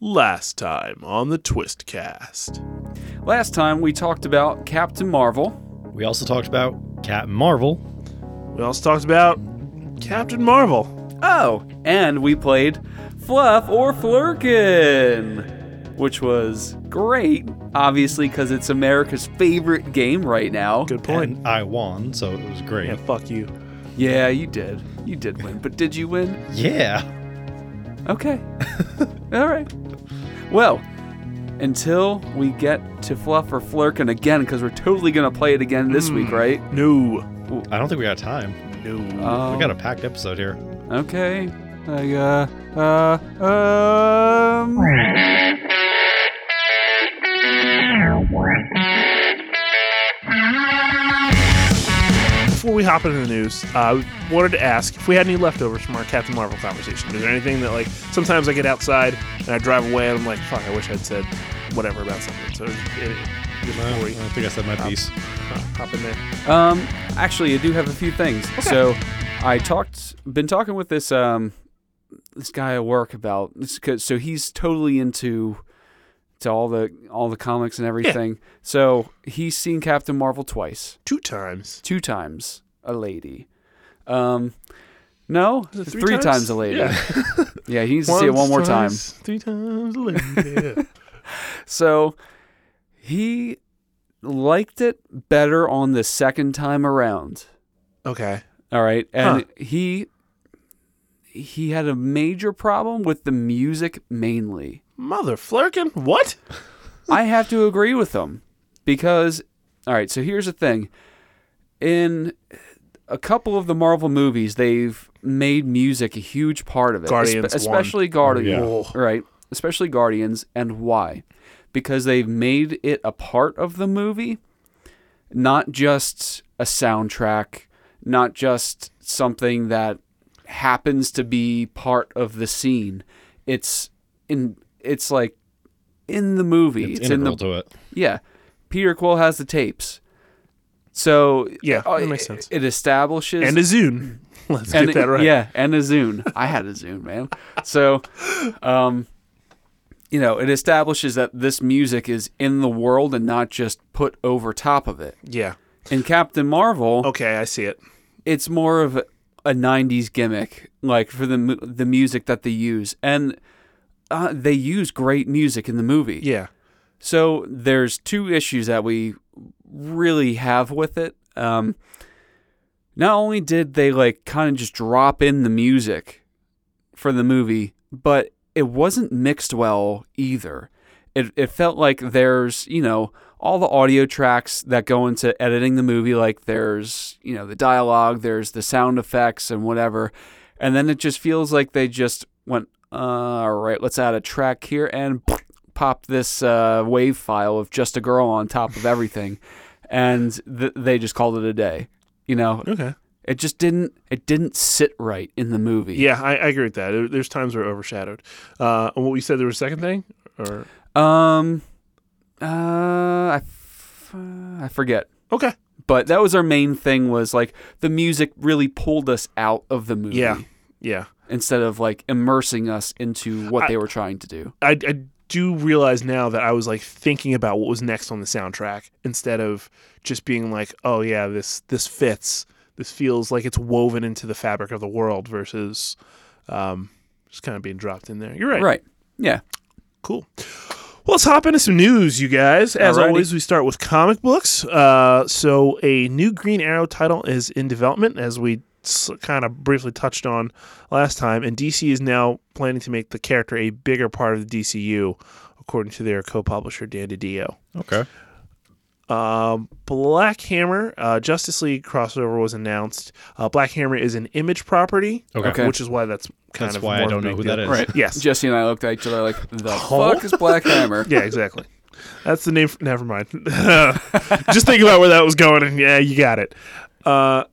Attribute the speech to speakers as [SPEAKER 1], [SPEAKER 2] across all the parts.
[SPEAKER 1] Last time on the Twistcast.
[SPEAKER 2] Last time we talked about Captain Marvel.
[SPEAKER 3] We also talked about Captain Marvel.
[SPEAKER 1] We also talked about Captain Marvel.
[SPEAKER 2] Oh, and we played Fluff or Flurkin, which was great, obviously, because it's America's favorite game right now.
[SPEAKER 1] Good point.
[SPEAKER 3] And I won, so it was great.
[SPEAKER 1] yeah, fuck you.
[SPEAKER 2] Yeah, you did. You did win. But did you win?
[SPEAKER 3] Yeah.
[SPEAKER 2] Okay. All right. Well, until we get to Fluff or Flurkin again, because we're totally going to play it again this week, right?
[SPEAKER 1] No.
[SPEAKER 3] I don't think we got time.
[SPEAKER 1] No.
[SPEAKER 2] Um,
[SPEAKER 3] We got a packed episode here.
[SPEAKER 2] Okay. I, uh, uh, um.
[SPEAKER 1] Before we hop into the news, I wanted to ask if we had any leftovers from our Captain Marvel conversation. Is there anything that, like, sometimes I get outside and I drive away and I'm like, fuck, I wish I'd said whatever about something. So, it, it,
[SPEAKER 2] Uh,
[SPEAKER 1] just
[SPEAKER 3] No,
[SPEAKER 1] before
[SPEAKER 3] I
[SPEAKER 1] we
[SPEAKER 3] think I said my piece.
[SPEAKER 1] hop in there.
[SPEAKER 2] Um, actually, I do have a few things. So, I talked, been talking with this um, this guy at work about this. 'cause- So he's totally into to all the all the comics and everything. So he's seen Captain Marvel twice,
[SPEAKER 1] Two times.
[SPEAKER 2] two times a lady. Um, no,
[SPEAKER 1] Is it
[SPEAKER 2] three, times? a lady.
[SPEAKER 1] Yeah.
[SPEAKER 2] Yeah, he needs to see it one more
[SPEAKER 1] time.
[SPEAKER 2] time.
[SPEAKER 1] Three times a lady. Yeah.
[SPEAKER 2] So he liked it better on the second time around.
[SPEAKER 1] okay.
[SPEAKER 2] All right,
[SPEAKER 1] Huh.
[SPEAKER 2] and he he had a major problem with the music mainly.
[SPEAKER 1] Mother flirkin'? What?
[SPEAKER 2] I have to agree with him because all right, so here's the thing. In a couple of the Marvel movies, they've made music a huge part of it, espe-
[SPEAKER 1] Guardians one.
[SPEAKER 2] especially Guardians,
[SPEAKER 3] Yeah.
[SPEAKER 1] Oh.
[SPEAKER 2] right? Especially Guardians, and why? Because they've made it a part of the movie, not just a soundtrack, not just something that happens to be part of the scene. It's in it's like in the movie.
[SPEAKER 3] It's,
[SPEAKER 2] It's, in
[SPEAKER 3] integral
[SPEAKER 2] the
[SPEAKER 3] to it.
[SPEAKER 2] yeah. Peter Quill has the tapes. So
[SPEAKER 1] Yeah,
[SPEAKER 2] uh,
[SPEAKER 1] that makes sense.
[SPEAKER 2] It establishes
[SPEAKER 1] And a Zune. Let's
[SPEAKER 2] and
[SPEAKER 1] get
[SPEAKER 2] it-
[SPEAKER 1] that right.
[SPEAKER 2] Yeah, and a Zune. I had a Zune, man. So, um, you know, it establishes that this music is in the world and not just put over top of it.
[SPEAKER 1] Yeah.
[SPEAKER 2] In Captain Marvel,
[SPEAKER 1] Okay, I see it.
[SPEAKER 2] it's more of a, a 90s gimmick like for the mu- the music that they use and uh, they use great music in the movie
[SPEAKER 1] Yeah.
[SPEAKER 2] so there's two issues that we really have with it um, not only did they like kind of just drop in the music for the movie but it wasn't mixed well either it, it felt like there's you know all the audio tracks that go into editing the movie like there's you know the dialogue there's the sound effects and whatever and then it just feels like they just went all right let's add a track here and pop this uh, wave file of just a girl on top of everything and th- they just called it a day you know
[SPEAKER 1] Okay.
[SPEAKER 2] it just didn't it didn't sit right in the movie
[SPEAKER 1] Yeah, I, I agree with that. There- There's times where it overshadowed. Uh, and what you said, there was a second thing, or
[SPEAKER 2] Um, uh, I, f- uh, I forget.
[SPEAKER 1] okay,
[SPEAKER 2] But that was our main thing was like the music really pulled us out of the movie.
[SPEAKER 1] yeah, yeah.
[SPEAKER 2] Instead of like immersing us into what they were trying to do.
[SPEAKER 1] I, I do realize now that I was like thinking about what was next on the soundtrack instead of just being like, oh yeah, this this fits. This feels like it's woven into the fabric of the world versus um, just kind of being dropped in there. You're right.
[SPEAKER 2] Right. Yeah.
[SPEAKER 1] Cool. Well, let's hop into some news, you guys. As
[SPEAKER 2] Alrighty.
[SPEAKER 1] always, we start with comic books. Uh, so, a new Green Arrow title is in development, as we s- kind of briefly touched on last time. And DC is now planning to make the character a bigger part of the DCU, according to their co publisher, Dan DiDio.
[SPEAKER 3] Okay.
[SPEAKER 1] Um, Black Hammer, uh, Justice League crossover was announced. Uh, Black Hammer is an image property,
[SPEAKER 3] Okay.
[SPEAKER 2] Okay.
[SPEAKER 1] which is why that's kind
[SPEAKER 3] That's
[SPEAKER 1] of
[SPEAKER 3] why I
[SPEAKER 1] more of a
[SPEAKER 3] don't know
[SPEAKER 1] big
[SPEAKER 3] who
[SPEAKER 1] deal.
[SPEAKER 3] that is.
[SPEAKER 2] Right.
[SPEAKER 1] Yes.
[SPEAKER 2] Jesse and I looked at each other like, the
[SPEAKER 1] Hulk?
[SPEAKER 2] fuck is Black Hammer?
[SPEAKER 1] Yeah, exactly. That's the name. For, never mind. Just think about where that was going, and yeah, you got it. Uh,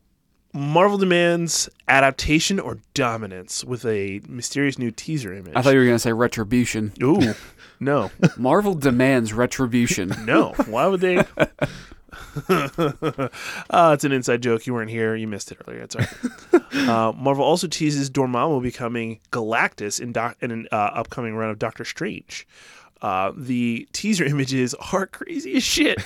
[SPEAKER 1] Marvel demands adaptation or dominance with a mysterious new teaser image.
[SPEAKER 2] I thought you were gonna say retribution.
[SPEAKER 1] Ooh, no,
[SPEAKER 2] Marvel demands retribution.
[SPEAKER 1] no. Why would they? uh, it's an inside joke. You weren't here. You missed it earlier. It's all right. uh, Marvel also teases Dormammu becoming Galactus in, doc- in an uh, upcoming run of Doctor Strange. Uh, the teaser images are crazy as shit.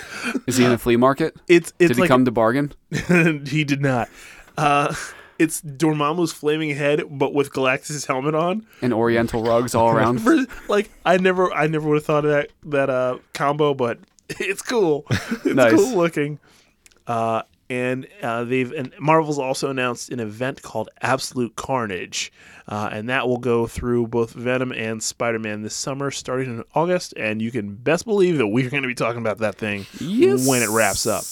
[SPEAKER 2] Is he in a flea market?
[SPEAKER 1] It's it's
[SPEAKER 2] Did he
[SPEAKER 1] like
[SPEAKER 2] come to bargain?
[SPEAKER 1] he did not. Uh, it's Dormammu's flaming head, but with Galactus' helmet on.
[SPEAKER 2] And Oriental rugs all around.
[SPEAKER 1] For- like I never, I never would have thought of that that uh, combo, but it's cool. It's
[SPEAKER 2] Nice.
[SPEAKER 1] cool looking. Uh, and uh, they've and Marvel's also announced an event called Absolute Carnage, uh, and that will go through both Venom and Spider Man this summer, starting in August. And you can best believe that we're going to be talking about that thing when it wraps up.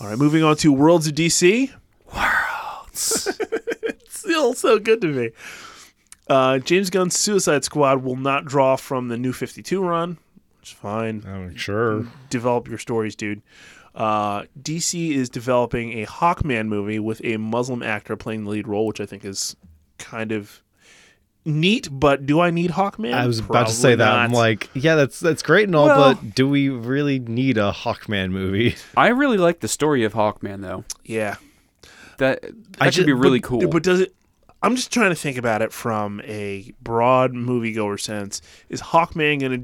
[SPEAKER 1] All right, moving on to Worlds of DC. still so good to me. Uh, James Gunn's Suicide Squad will not draw from the new 52 run, which is fine.
[SPEAKER 3] I'm sure.
[SPEAKER 1] Develop your stories, dude. Uh, DC is developing a Hawkman movie with a Muslim actor playing the lead role, which I think is kind of neat, but do I need Hawkman?
[SPEAKER 3] I was about to
[SPEAKER 1] Probably
[SPEAKER 3] say that. I'm
[SPEAKER 1] not.
[SPEAKER 3] like, yeah, that's that's great and all,
[SPEAKER 2] Well-
[SPEAKER 3] but do we really need a Hawkman movie?
[SPEAKER 2] I really like the story of Hawkman though.
[SPEAKER 1] yeah.
[SPEAKER 2] That
[SPEAKER 3] I
[SPEAKER 2] that
[SPEAKER 3] ju-
[SPEAKER 2] should be really cool.
[SPEAKER 1] But does it? I'm just trying to think about it from a broad moviegoer sense. Is Hawkman gonna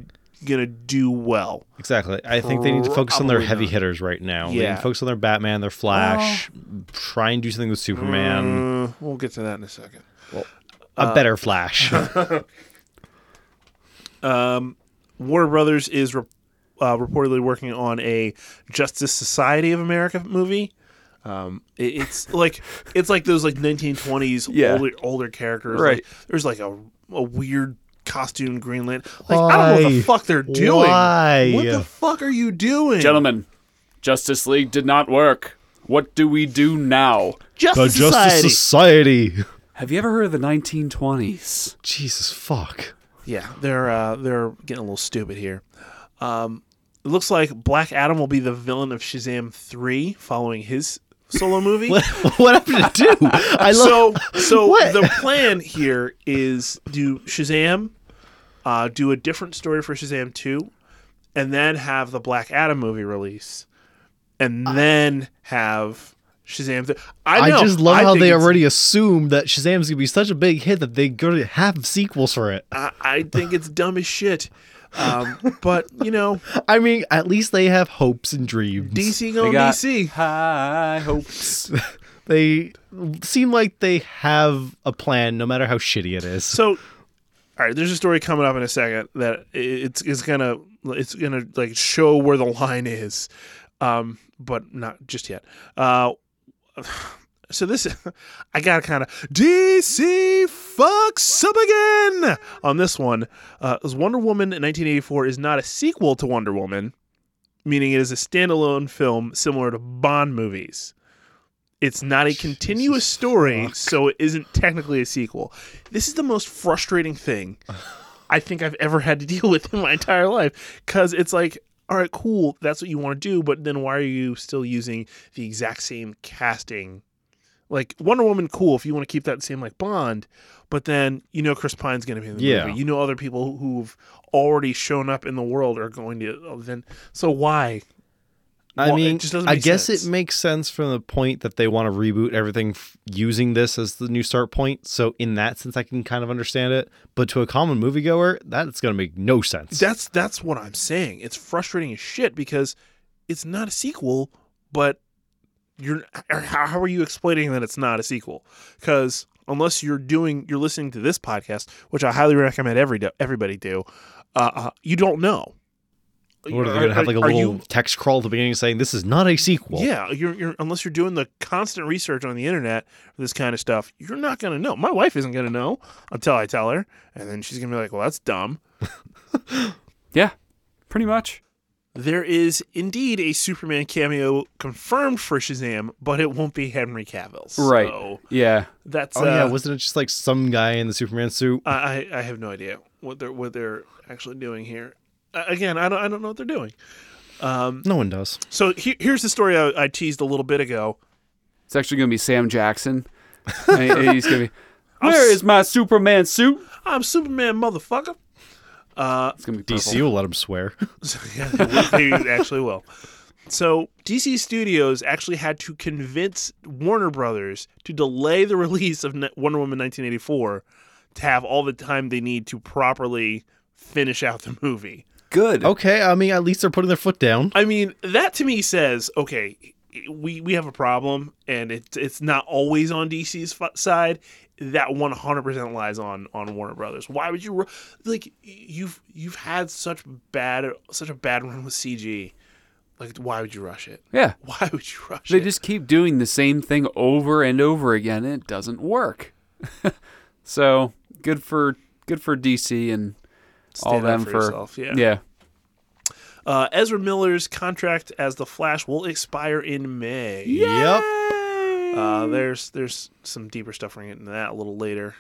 [SPEAKER 1] gonna do well?
[SPEAKER 3] Exactly. I think they need to focus on their
[SPEAKER 1] Probably
[SPEAKER 3] heavy
[SPEAKER 1] not.
[SPEAKER 3] hitters right now. They
[SPEAKER 1] Yeah.
[SPEAKER 3] need to focus on their Batman, their Flash, try and do something with Superman,
[SPEAKER 1] Uh, we'll get to that in a second.
[SPEAKER 3] a better Flash.
[SPEAKER 1] Warner Brothers is re- uh, reportedly working on a Justice Society of America movie. Um, it- it's like it's like those like 1920s
[SPEAKER 2] Yeah.
[SPEAKER 1] older older characters.
[SPEAKER 2] Right.
[SPEAKER 1] Like, there's like a, a weird costume Greenland. Like I don't know what the
[SPEAKER 3] Why?
[SPEAKER 1] fuck they're doing.
[SPEAKER 3] Why?
[SPEAKER 1] What the fuck are you doing,
[SPEAKER 2] Gentlemen, Justice League did not work. What do we do now?
[SPEAKER 1] Justice Society.
[SPEAKER 3] Society.
[SPEAKER 2] Have you ever heard of the 1920s?
[SPEAKER 3] Jesus fuck.
[SPEAKER 1] Yeah, they're uh, they're getting a little stupid here. Um, it looks like Black Adam will be the villain of Shazam three, following his solo movie.
[SPEAKER 3] what happened to do? I love
[SPEAKER 1] so so
[SPEAKER 3] What?
[SPEAKER 1] the plan here is do Shazam, uh, do a different story for Shazam two, and then have the Black Adam movie release, and then have Shazam. Th- I,
[SPEAKER 3] I,
[SPEAKER 1] know,
[SPEAKER 3] just love how
[SPEAKER 1] think
[SPEAKER 3] they
[SPEAKER 1] it's-
[SPEAKER 3] already assume that Shazam's gonna be such a big hit that they're gonna have sequels for it.
[SPEAKER 1] I, I think it's dumb as shit. Um, but you know,
[SPEAKER 3] I mean, at least they have hopes and dreams.
[SPEAKER 1] DC
[SPEAKER 2] They
[SPEAKER 1] going
[SPEAKER 2] got
[SPEAKER 1] DC.
[SPEAKER 2] high hopes.
[SPEAKER 3] they seem like they have a plan, no matter how shitty it is.
[SPEAKER 1] So, all right, there's a story coming up in a second that i- it's it's gonna it's gonna like show where the line is, um, but not just yet. Uh, so this, I gotta kind of DC fucks up again on this one. Uh, as Wonder Woman in 1984 is not a sequel to Wonder Woman, meaning it is a standalone film similar to Bond movies. It's not a continuous story, so it isn't technically a sequel. This is the most frustrating thing I think I've ever had to deal with in my entire life because it's like, all right, cool, that's what you want to do, but then why are you still using the exact same casting? Like Wonder Woman, cool if you want to keep that same like Bond, but then you know Chris Pine's going to be in the
[SPEAKER 3] Yeah.
[SPEAKER 1] movie. You know other people who've already shown up in the world are going to oh, then. So why?
[SPEAKER 3] I
[SPEAKER 1] Well, it
[SPEAKER 3] mean,
[SPEAKER 1] just doesn't
[SPEAKER 3] I
[SPEAKER 1] make
[SPEAKER 3] guess
[SPEAKER 1] sense.
[SPEAKER 3] it makes sense from the point that they want to reboot everything f- using this as the new start point. So in that sense, I can kind of understand it. But to a common moviegoer, that's gonna make no sense.
[SPEAKER 1] That's that's what I'm saying. It's frustrating as shit because it's not a sequel, but you're or how, how are you explaining that it's not a sequel? Because unless you're doing you're listening to this podcast, which I highly recommend every do- everybody do, uh, uh, you don't know.
[SPEAKER 3] what are they gonna have like a
[SPEAKER 1] are
[SPEAKER 3] little
[SPEAKER 1] you-
[SPEAKER 3] text crawl at the beginning saying this is not a sequel?
[SPEAKER 1] yeah, you're, you're unless you're doing the constant research on the internet for this kind of stuff, you're not gonna know. My wife isn't gonna know until I tell her, and then she's gonna be like, "Well, that's dumb."
[SPEAKER 2] yeah, pretty much.
[SPEAKER 1] There is indeed a Superman cameo confirmed for Shazam, but it won't be Henry Cavill. So
[SPEAKER 2] Right. Yeah.
[SPEAKER 1] That's
[SPEAKER 3] Oh
[SPEAKER 1] uh,
[SPEAKER 3] yeah, wasn't it just like some guy in the Superman suit?
[SPEAKER 1] I, I I have no idea what they're what they're actually doing here. Uh, again, I don't I don't know what they're doing. Um,
[SPEAKER 3] No one does.
[SPEAKER 1] So he, here's the story I, I teased a little bit ago.
[SPEAKER 2] It's actually going to be Sam Jackson. And he's going to be, Where
[SPEAKER 1] s-
[SPEAKER 2] is my Superman suit?
[SPEAKER 1] I'm Superman, motherfucker.
[SPEAKER 2] It's going to be
[SPEAKER 3] DC
[SPEAKER 2] purple.
[SPEAKER 3] will let him swear.
[SPEAKER 1] yeah, they, will- they actually will. So DC Studios actually had to convince Warner Brothers to delay the release of Ne- Wonder Woman 1984 to have all the time they need to properly finish out the movie.
[SPEAKER 2] Good.
[SPEAKER 3] Okay, I mean, at least they're putting their foot down.
[SPEAKER 1] I mean, that to me says, okay, we we have a problem, and it's it's not always on DC's fu- side. That one hundred percent lies on on Warner Brothers. Why would you ru- like you've you've had such bad such a bad run with CG? Like, why would you rush it?
[SPEAKER 2] Yeah.
[SPEAKER 1] Why would you rush
[SPEAKER 2] They
[SPEAKER 1] it?
[SPEAKER 2] just keep doing the same thing over and over again, and it doesn't work. so good for good for DC and all
[SPEAKER 1] Stand up
[SPEAKER 2] them
[SPEAKER 1] for
[SPEAKER 2] for,
[SPEAKER 1] yourself, yeah.
[SPEAKER 2] yeah.
[SPEAKER 1] Uh, Ezra Miller's contract as the Flash will expire in May.
[SPEAKER 3] Yep.
[SPEAKER 1] Uh, there's there's some deeper stuff we're getting into that a little later.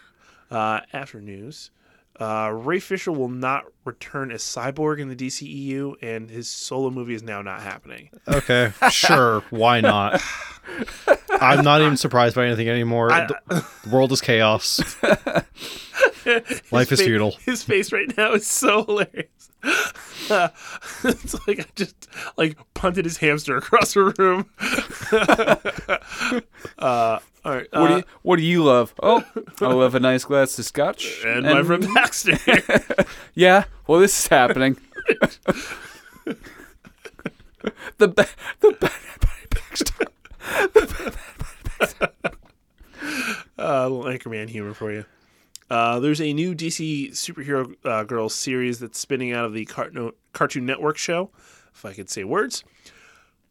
[SPEAKER 1] Uh, after news, uh, Ray Fisher will not return as Cyborg in the DCEU, and his solo movie is now not happening.
[SPEAKER 3] Okay, sure, why not? I'm not even surprised by anything anymore.
[SPEAKER 1] I-
[SPEAKER 3] the, the world is chaos. Life
[SPEAKER 1] His
[SPEAKER 3] is
[SPEAKER 1] fa-
[SPEAKER 3] futile.
[SPEAKER 1] His face right now is so hilarious. Uh, it's like I just like punted his hamster across the room. uh, all right.
[SPEAKER 2] What do
[SPEAKER 1] uh,
[SPEAKER 2] you What do you love? Oh, I love a nice glass of scotch
[SPEAKER 1] and my friend Baxter.
[SPEAKER 2] Yeah. Well, this is happening. the ba- the ba-
[SPEAKER 1] Uh, a little Anchorman humor for you. Uh, there's a new DC superhero uh, girls series that's spinning out of the Cartoon Cartoon Network show. If I could say words,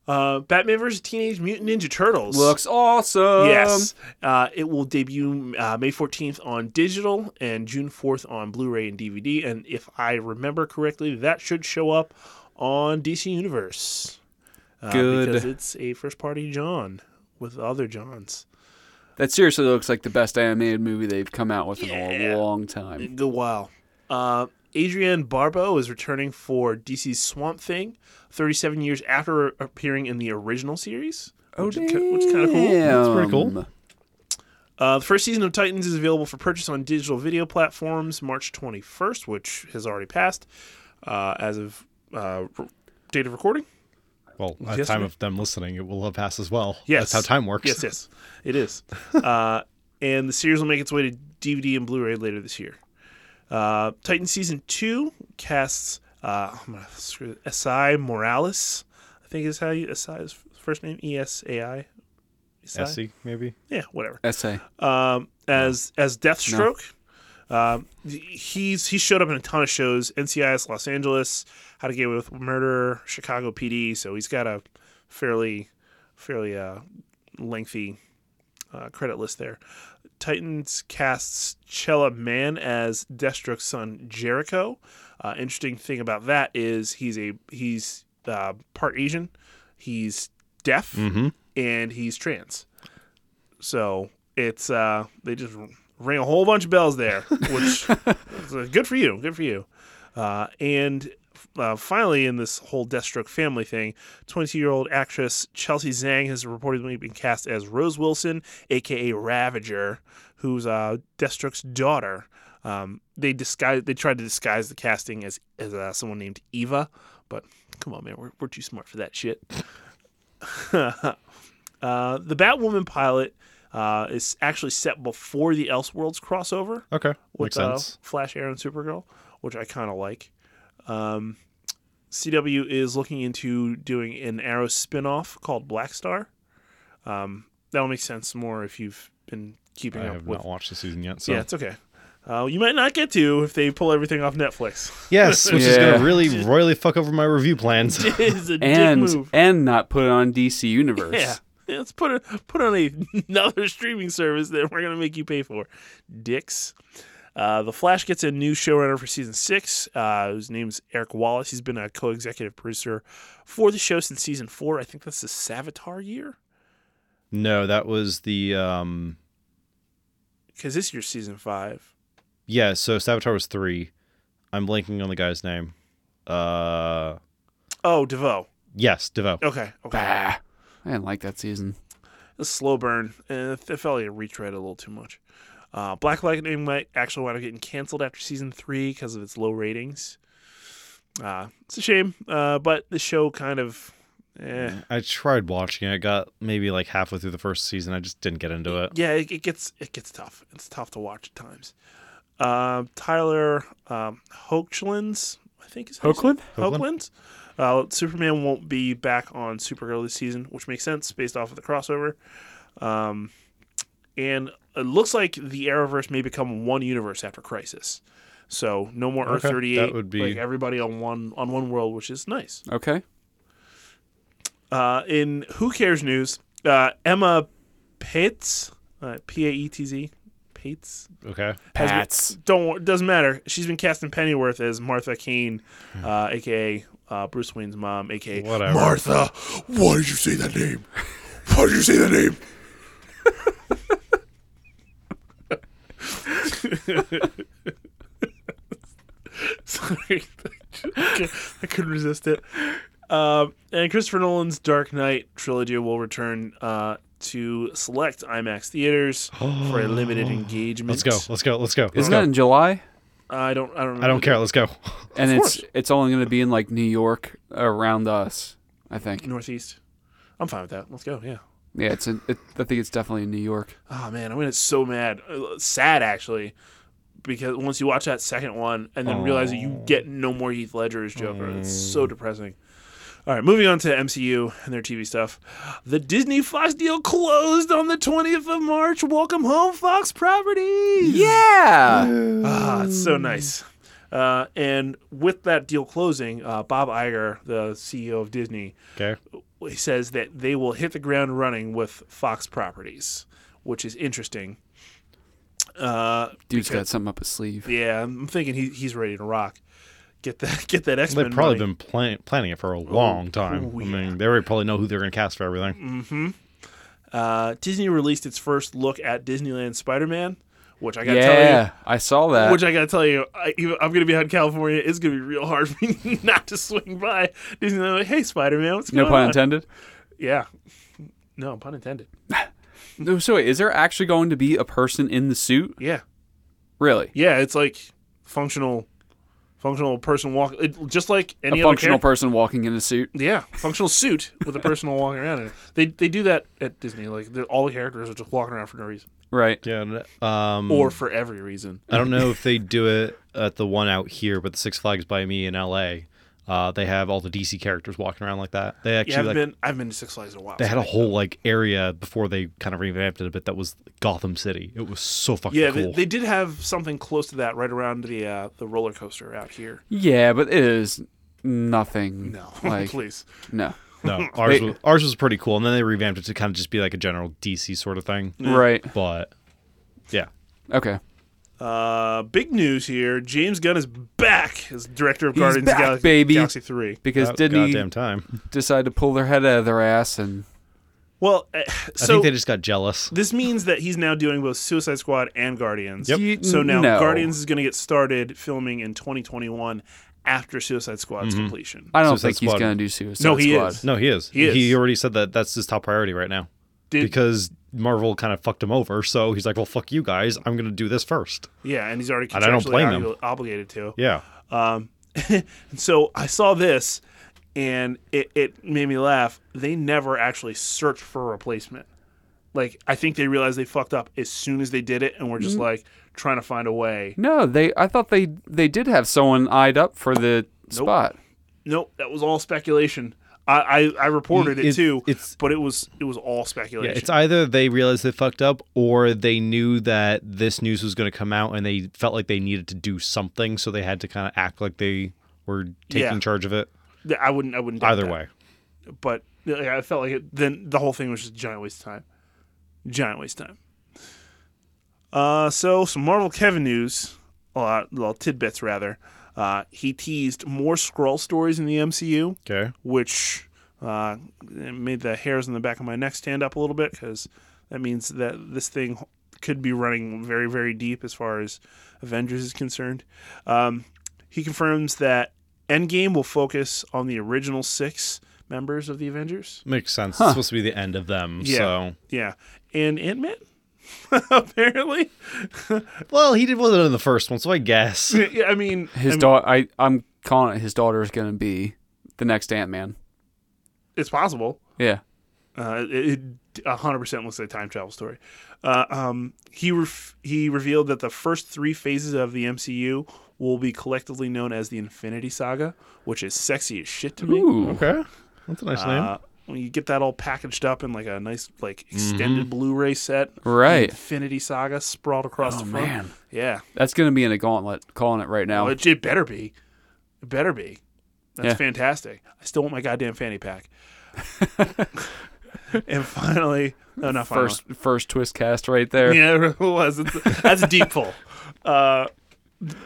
[SPEAKER 1] uh, Batman vs. Teenage Mutant Ninja Turtles
[SPEAKER 2] looks awesome.
[SPEAKER 1] Yes, uh, it will debut uh, May 14th on digital and June 4th on Blu-ray and DVD. And if I remember correctly, that should show up on DC Universe. Uh,
[SPEAKER 2] Good.
[SPEAKER 1] because it's a first-party John with other Johns.
[SPEAKER 2] That seriously looks like the best animated movie they've come out with in
[SPEAKER 1] Yeah.
[SPEAKER 2] a long time.
[SPEAKER 1] Good while. Uh, Adrienne Barbeau is returning for DC's Swamp Thing, 37 years after appearing in the original series. which is, ki- which is kind of cool.
[SPEAKER 3] That's pretty cool.
[SPEAKER 2] Oh, damn.
[SPEAKER 1] Uh, the first season of Titans is available for purchase on digital video platforms March 21st, which has already passed uh, as of uh, r- date of recording.
[SPEAKER 3] Well, at the
[SPEAKER 1] Yes,
[SPEAKER 3] time
[SPEAKER 1] ma'am.
[SPEAKER 3] of them listening, it will have passed as well.
[SPEAKER 1] Yes.
[SPEAKER 3] That's how time works.
[SPEAKER 1] Yes, yes, it is. uh, and the series will make its way to DVD and Blu-ray later this year. Uh, Titan season two casts. Uh, I'm gonna screw it, Esai Morales. I think is how you Esai's first name. E S A I. Esai?
[SPEAKER 3] SC, maybe?
[SPEAKER 1] Yeah, whatever.
[SPEAKER 2] Essay.
[SPEAKER 1] Um, as as Deathstroke. Um, he's he showed up in a ton of shows: NCIS, Los Angeles, How to Get Away with Murder, Chicago PD. So he's got a fairly fairly uh, lengthy uh, credit list there. Titans casts Chella Mann as Deathstroke's son Jericho. Uh, interesting thing about that is he's a he's uh, part Asian, he's deaf,
[SPEAKER 3] Mm-hmm.
[SPEAKER 1] and he's trans. So it's uh they just ring a whole bunch of bells there, which is, uh, good for you, good for you. Uh, and uh, finally, in this whole Deathstroke family thing, 22-year-old actress Chelsea Zhang has reportedly been cast as Rose Wilson, aka Ravager, who's uh, Deathstroke's daughter. Um, they disguise they tried to disguise the casting as as uh, someone named Eva, but come on, man, we're we're too smart for that shit. Uh, the Batwoman pilot uh, is actually set before the Elseworlds crossover
[SPEAKER 3] Okay.
[SPEAKER 1] with
[SPEAKER 3] Makes sense.
[SPEAKER 1] Uh, Flash, Arrow, and Supergirl, which I kind of like. Um, CW is looking into doing an Arrow spin-off called Black Star. Um, that'll make sense more if you've been keeping
[SPEAKER 3] I
[SPEAKER 1] up
[SPEAKER 3] have
[SPEAKER 1] with.
[SPEAKER 3] not watched the season yet. So.
[SPEAKER 1] Yeah, it's okay. Uh, you might not get to if they pull everything off Netflix.
[SPEAKER 3] Yes, which is going
[SPEAKER 2] Yeah.
[SPEAKER 3] to really royally fuck over my review plans.
[SPEAKER 1] it is a dick
[SPEAKER 2] And
[SPEAKER 1] move.
[SPEAKER 2] and not put it on DC Universe.
[SPEAKER 1] Yeah. Yeah, Let's put a, put on a, another streaming service that we're gonna make you pay for, dicks. Uh, the Flash gets a new showrunner for season six, uh, whose name's Eric Wallace. He's been a co-executive producer for the show since season four. I think that's the Savitar year,
[SPEAKER 3] no, that was the um
[SPEAKER 1] because this year's season five.
[SPEAKER 3] yeah, so Savitar was 3. I'm blanking on the guy's name. Uh
[SPEAKER 1] Oh, DeVoe.
[SPEAKER 3] yes, Devo.
[SPEAKER 1] Okay, okay.
[SPEAKER 2] Bah. I didn't like that season.
[SPEAKER 1] A slow burn. and it felt like it retread a little too much. Uh, Black Lightning might actually wind up getting canceled after season three because of its low ratings. Uh, it's a shame, uh, but the show kind of Eh.
[SPEAKER 3] I tried watching it. Got maybe like halfway through the first season. I just didn't get into it.
[SPEAKER 1] Yeah, it, it gets it gets tough. It's tough to watch at times. Um, Tyler um, Hoechlins, I think is how you say
[SPEAKER 2] Hoechlin?
[SPEAKER 1] it. Hoechlins. Uh, Superman won't be back on Supergirl this season, which makes sense based off of the crossover. Um, and it looks like the Arrowverse may become one universe after Crisis. So no more Earth
[SPEAKER 3] Okay,
[SPEAKER 1] thirty eight.
[SPEAKER 3] that would be-
[SPEAKER 1] like everybody on one on one world, which is nice.
[SPEAKER 2] Okay.
[SPEAKER 1] Uh, in Who Cares News, uh, Emma Pitts, uh, P A E T Z, Pates.
[SPEAKER 3] Okay.
[SPEAKER 1] has been-
[SPEAKER 2] Pats.
[SPEAKER 1] don't wor- doesn't matter. She's been cast in Pennyworth as Martha Kane, uh, aka uh, Bruce Wayne's mom, aka
[SPEAKER 3] Hmm. Whatever.
[SPEAKER 1] Martha. Why did you say that name? Why did you say that name? Sorry, I couldn't resist it. Um, and Christopher Nolan's Dark Knight trilogy will return uh, to select IMAX theaters for a limited engagement.
[SPEAKER 3] Let's go. Let's go. Let's go. Let's
[SPEAKER 2] Isn't
[SPEAKER 3] go.
[SPEAKER 2] that in July?
[SPEAKER 1] I don't. I don't.
[SPEAKER 3] I don't care. Let's go.
[SPEAKER 2] And it's
[SPEAKER 1] course.
[SPEAKER 2] it's only going to be in like New York around us, I think.
[SPEAKER 1] Northeast. I'm fine with that. Let's go. Yeah.
[SPEAKER 2] Yeah, it's in, it, I think it's definitely in New York.
[SPEAKER 1] Oh man, I'm gonna get so mad, Uh, sad actually, because once you watch that second one and then realize that you get no more Heath Ledger as Joker, it's so depressing. All right, moving on to MCU and their TV stuff. The Disney Fox deal closed on the 20th of March. Welcome home, Fox properties.
[SPEAKER 2] Yeah.
[SPEAKER 1] Ah, it's so nice. Uh, and with that deal closing, uh, Bob Iger, the CEO of Disney,
[SPEAKER 3] Okay.
[SPEAKER 1] he says that they will hit the ground running with Fox properties, which is interesting. Uh,
[SPEAKER 2] Dude's got something up his sleeve.
[SPEAKER 1] yeah, I'm thinking he, he's ready to rock. Get that, get that X
[SPEAKER 3] They've
[SPEAKER 1] Men.
[SPEAKER 3] probably been plan- planning it for a long time.
[SPEAKER 1] oh, Mm.
[SPEAKER 3] I mean, they already probably know who they're going to cast for everything.
[SPEAKER 1] Uh, Disney released its first look at Disneyland Spider-Man, which I gotta tell you.
[SPEAKER 2] Yeah, I saw that.
[SPEAKER 1] Which I gotta tell you, I, even- I'm gonna be out in California. It's gonna be real hard for me not to swing by Disneyland. Like, hey, Spider-Man, what's
[SPEAKER 2] no
[SPEAKER 1] going
[SPEAKER 2] pun
[SPEAKER 1] on?
[SPEAKER 2] intended.
[SPEAKER 1] Yeah, no pun intended.
[SPEAKER 2] No, so wait, is there actually going to be a person in the suit?
[SPEAKER 1] Yeah,
[SPEAKER 2] Really?
[SPEAKER 1] Yeah, it's like functional, functional person walk, it, just like any
[SPEAKER 2] a
[SPEAKER 1] other
[SPEAKER 2] functional
[SPEAKER 1] character.
[SPEAKER 2] person walking in a suit.
[SPEAKER 1] yeah, functional suit with a person walking around in it. They they do that at Disney. Like they're- all the characters are just walking around for no reason
[SPEAKER 2] Right.
[SPEAKER 3] Yeah. Um,
[SPEAKER 1] or for every reason.
[SPEAKER 3] I don't know if they do it at the one out here, but the Six Flags by Me in L.A. Uh, they have all the DC characters walking around like that. They actually
[SPEAKER 1] Yeah, I've
[SPEAKER 3] like
[SPEAKER 1] been I've been to Six Flags in a while.
[SPEAKER 3] they had
[SPEAKER 1] so
[SPEAKER 3] a
[SPEAKER 1] I-
[SPEAKER 3] whole like area before they kind of revamped it a bit that was Gotham City. It was so fucking
[SPEAKER 1] yeah, they,
[SPEAKER 3] cool.
[SPEAKER 1] they did have something close to that right around the uh, the roller coaster out here.
[SPEAKER 2] Yeah, but it is nothing.
[SPEAKER 1] No,
[SPEAKER 2] Like,
[SPEAKER 1] please.
[SPEAKER 2] no.
[SPEAKER 3] no, ours
[SPEAKER 2] they-
[SPEAKER 3] was, ours was pretty cool, and then they revamped it to kind of just be like a general DC sort of thing.
[SPEAKER 2] Right.
[SPEAKER 3] But yeah,
[SPEAKER 2] Okay.
[SPEAKER 1] Uh, big news here: James Gunn is back as director of
[SPEAKER 2] He's
[SPEAKER 1] Guardians
[SPEAKER 2] back,
[SPEAKER 1] of the Galaxy,
[SPEAKER 2] baby.
[SPEAKER 1] Galaxy Three.
[SPEAKER 2] Because
[SPEAKER 3] About
[SPEAKER 2] Disney
[SPEAKER 3] goddamn time.
[SPEAKER 2] decide to pull their head out of their ass and
[SPEAKER 1] Well, uh,
[SPEAKER 3] I
[SPEAKER 1] so
[SPEAKER 3] think they just got jealous.
[SPEAKER 1] This means that he's now doing both Suicide Squad and Guardians.
[SPEAKER 3] Yep.
[SPEAKER 2] You-
[SPEAKER 1] So now
[SPEAKER 2] no.
[SPEAKER 1] Guardians is going to get started filming in 2021 after Suicide Squad's
[SPEAKER 3] Mm-hmm.
[SPEAKER 1] completion.
[SPEAKER 2] I don't
[SPEAKER 3] Suicide
[SPEAKER 2] think he's
[SPEAKER 3] Squad.
[SPEAKER 2] gonna do Suicide
[SPEAKER 1] No, he
[SPEAKER 2] Squad.
[SPEAKER 1] is.
[SPEAKER 3] No, he is.
[SPEAKER 1] He is.
[SPEAKER 3] already said that that's his top priority right now
[SPEAKER 1] Did-
[SPEAKER 3] because Marvel kind of fucked him over. So he's like, "Well, fuck you guys. I'm gonna do this first.
[SPEAKER 1] yeah, and he's already
[SPEAKER 3] And I don't
[SPEAKER 1] contractually
[SPEAKER 3] blame them.
[SPEAKER 1] obli- obligated to.
[SPEAKER 3] Yeah.
[SPEAKER 1] And so I saw this, and it, it made me laugh. They never actually searched for a replacement. Like I think they realized they fucked up as soon as they did it, and we're
[SPEAKER 2] Mm-hmm.
[SPEAKER 1] just like trying to find a way.
[SPEAKER 2] No, they I thought they they did have someone eyed up for the spot.
[SPEAKER 1] Nope, that was all speculation. I, I, I reported it,
[SPEAKER 3] It-
[SPEAKER 1] too,
[SPEAKER 3] it's-
[SPEAKER 1] but it was it was all
[SPEAKER 3] Yeah,
[SPEAKER 1] speculation.
[SPEAKER 3] it's either they realized they fucked up or they knew that this news was going to come out and they felt like they needed to do something. So they had to kind of act like they were taking
[SPEAKER 1] Yeah.
[SPEAKER 3] charge of it.
[SPEAKER 1] Th- I wouldn't. I wouldn't. doubt
[SPEAKER 3] Either
[SPEAKER 1] that.
[SPEAKER 3] way.
[SPEAKER 1] but yeah, I felt like it, then the whole thing was just a giant waste of time. Giant waste of time. Uh, so some Marvel Kevin news, a lot, little tidbits rather. Uh, he teased more scroll stories in the MCU,
[SPEAKER 3] Okay.
[SPEAKER 1] which uh, it made the hairs on the back of my neck stand up a little bit because that means that this thing could be running very, very deep as far as Avengers is concerned. Um, he confirms that Endgame will focus on the original six members of the Avengers.
[SPEAKER 3] Makes sense. It's supposed to be the end of them.
[SPEAKER 1] Yeah.
[SPEAKER 3] So,
[SPEAKER 1] Yeah, and Ant Man. Apparently,
[SPEAKER 3] well, he did wasn't in the first one, so I guess.
[SPEAKER 1] Yeah, I mean,
[SPEAKER 2] His
[SPEAKER 1] I mean,
[SPEAKER 2] daughter I I'm calling it his daughter is gonna be the next Ant Man.
[SPEAKER 1] it's possible.
[SPEAKER 2] Yeah.
[SPEAKER 1] Uh, it a hundred percent looks like a time travel story. Uh, um, he ref- he revealed that the first three phases of the MCU will be collectively known as the Infinity Saga, which is sexy as shit to me.
[SPEAKER 2] Ooh.
[SPEAKER 3] Okay. That's a nice name.
[SPEAKER 1] Uh, when you get that all packaged up in like a nice like extended Blu-ray set,
[SPEAKER 2] Mm-hmm. Right.
[SPEAKER 1] Infinity Saga sprawled across
[SPEAKER 2] Oh
[SPEAKER 1] the front.
[SPEAKER 2] man,
[SPEAKER 1] Yeah,
[SPEAKER 2] that's gonna be in a gauntlet. Calling it right now.
[SPEAKER 1] Which it better be, it better be. That's
[SPEAKER 2] Yeah.
[SPEAKER 1] fantastic. I still want my goddamn fanny pack. and finally, no, not finally.
[SPEAKER 2] First first twist cast right there.
[SPEAKER 1] Yeah, it was. It's, that's a deep pull. Uh,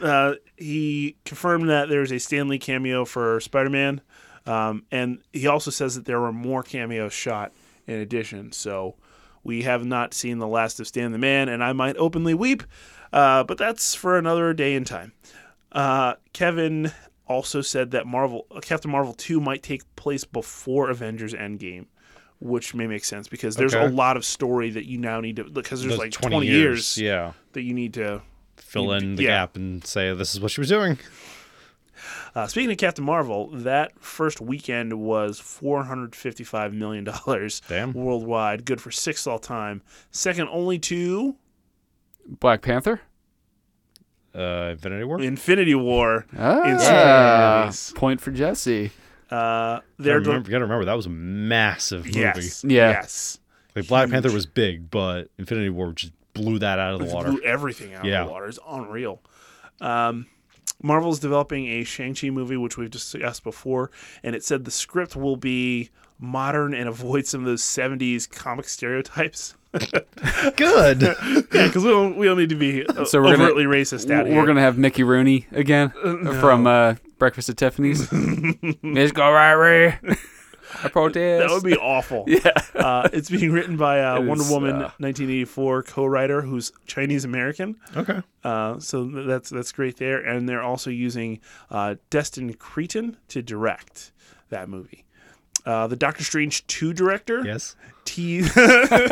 [SPEAKER 1] uh, he confirmed that there's a Stanley cameo for Spider Man. Um, and he also says that there were more cameos shot in addition. So we have not seen the last of Stan the Man, and I might openly weep, uh, but that's for another day and time. Uh, Kevin also said that Marvel uh, Captain Marvel 2 might take place before Avengers Endgame, which may make sense because there's
[SPEAKER 3] Okay.
[SPEAKER 1] a lot of story that you now need to because there's
[SPEAKER 3] Those
[SPEAKER 1] like 20, years,
[SPEAKER 3] Yeah.
[SPEAKER 1] that you need to
[SPEAKER 3] Fill in the
[SPEAKER 1] yeah.
[SPEAKER 3] gap and say this is what she was doing.
[SPEAKER 1] uh, speaking of Captain Marvel, that first weekend was $455 million
[SPEAKER 3] Damn.
[SPEAKER 1] worldwide, good for sixth all time. Second only to
[SPEAKER 2] Black Panther.
[SPEAKER 3] Uh, Infinity War.
[SPEAKER 1] Infinity War.
[SPEAKER 2] Ah,
[SPEAKER 1] Insane.
[SPEAKER 2] point for Jesse.
[SPEAKER 1] Uh,
[SPEAKER 3] You
[SPEAKER 1] they're
[SPEAKER 3] gotta, remember, you gotta remember that was a massive movie.
[SPEAKER 1] yes,
[SPEAKER 2] Yeah.
[SPEAKER 1] yes.
[SPEAKER 3] Like Black
[SPEAKER 1] Huge.
[SPEAKER 3] Panther was big, but Infinity War just blew that out of the
[SPEAKER 1] It
[SPEAKER 3] water.
[SPEAKER 1] Blew everything out
[SPEAKER 3] Yeah.
[SPEAKER 1] of the water. It's unreal. Um, Marvel's developing a Shang-Chi movie, which we've discussed before, and it said the script will be modern and avoid some of those 70s comic stereotypes.
[SPEAKER 3] Good.
[SPEAKER 1] yeah, because we don't, we don't need to be uh,
[SPEAKER 2] So we're gonna-
[SPEAKER 1] overtly racist out
[SPEAKER 2] We're
[SPEAKER 1] here.
[SPEAKER 2] gonna have Mickey Rooney again from uh, Breakfast at Tiffany's. Miss Gorari. I protest.
[SPEAKER 1] that would be awful.
[SPEAKER 2] Yeah.
[SPEAKER 1] Uh, it's being written by uh,
[SPEAKER 2] It
[SPEAKER 1] Wonder
[SPEAKER 2] is,
[SPEAKER 1] Woman
[SPEAKER 2] uh,
[SPEAKER 1] 1984 co-writer who's Chinese American.
[SPEAKER 3] okay.
[SPEAKER 1] Uh, so th- that's that's great there, and they're also using uh, Destin Creighton to direct that movie. Uh, the Doctor Strange two director
[SPEAKER 3] Yes.
[SPEAKER 1] teased.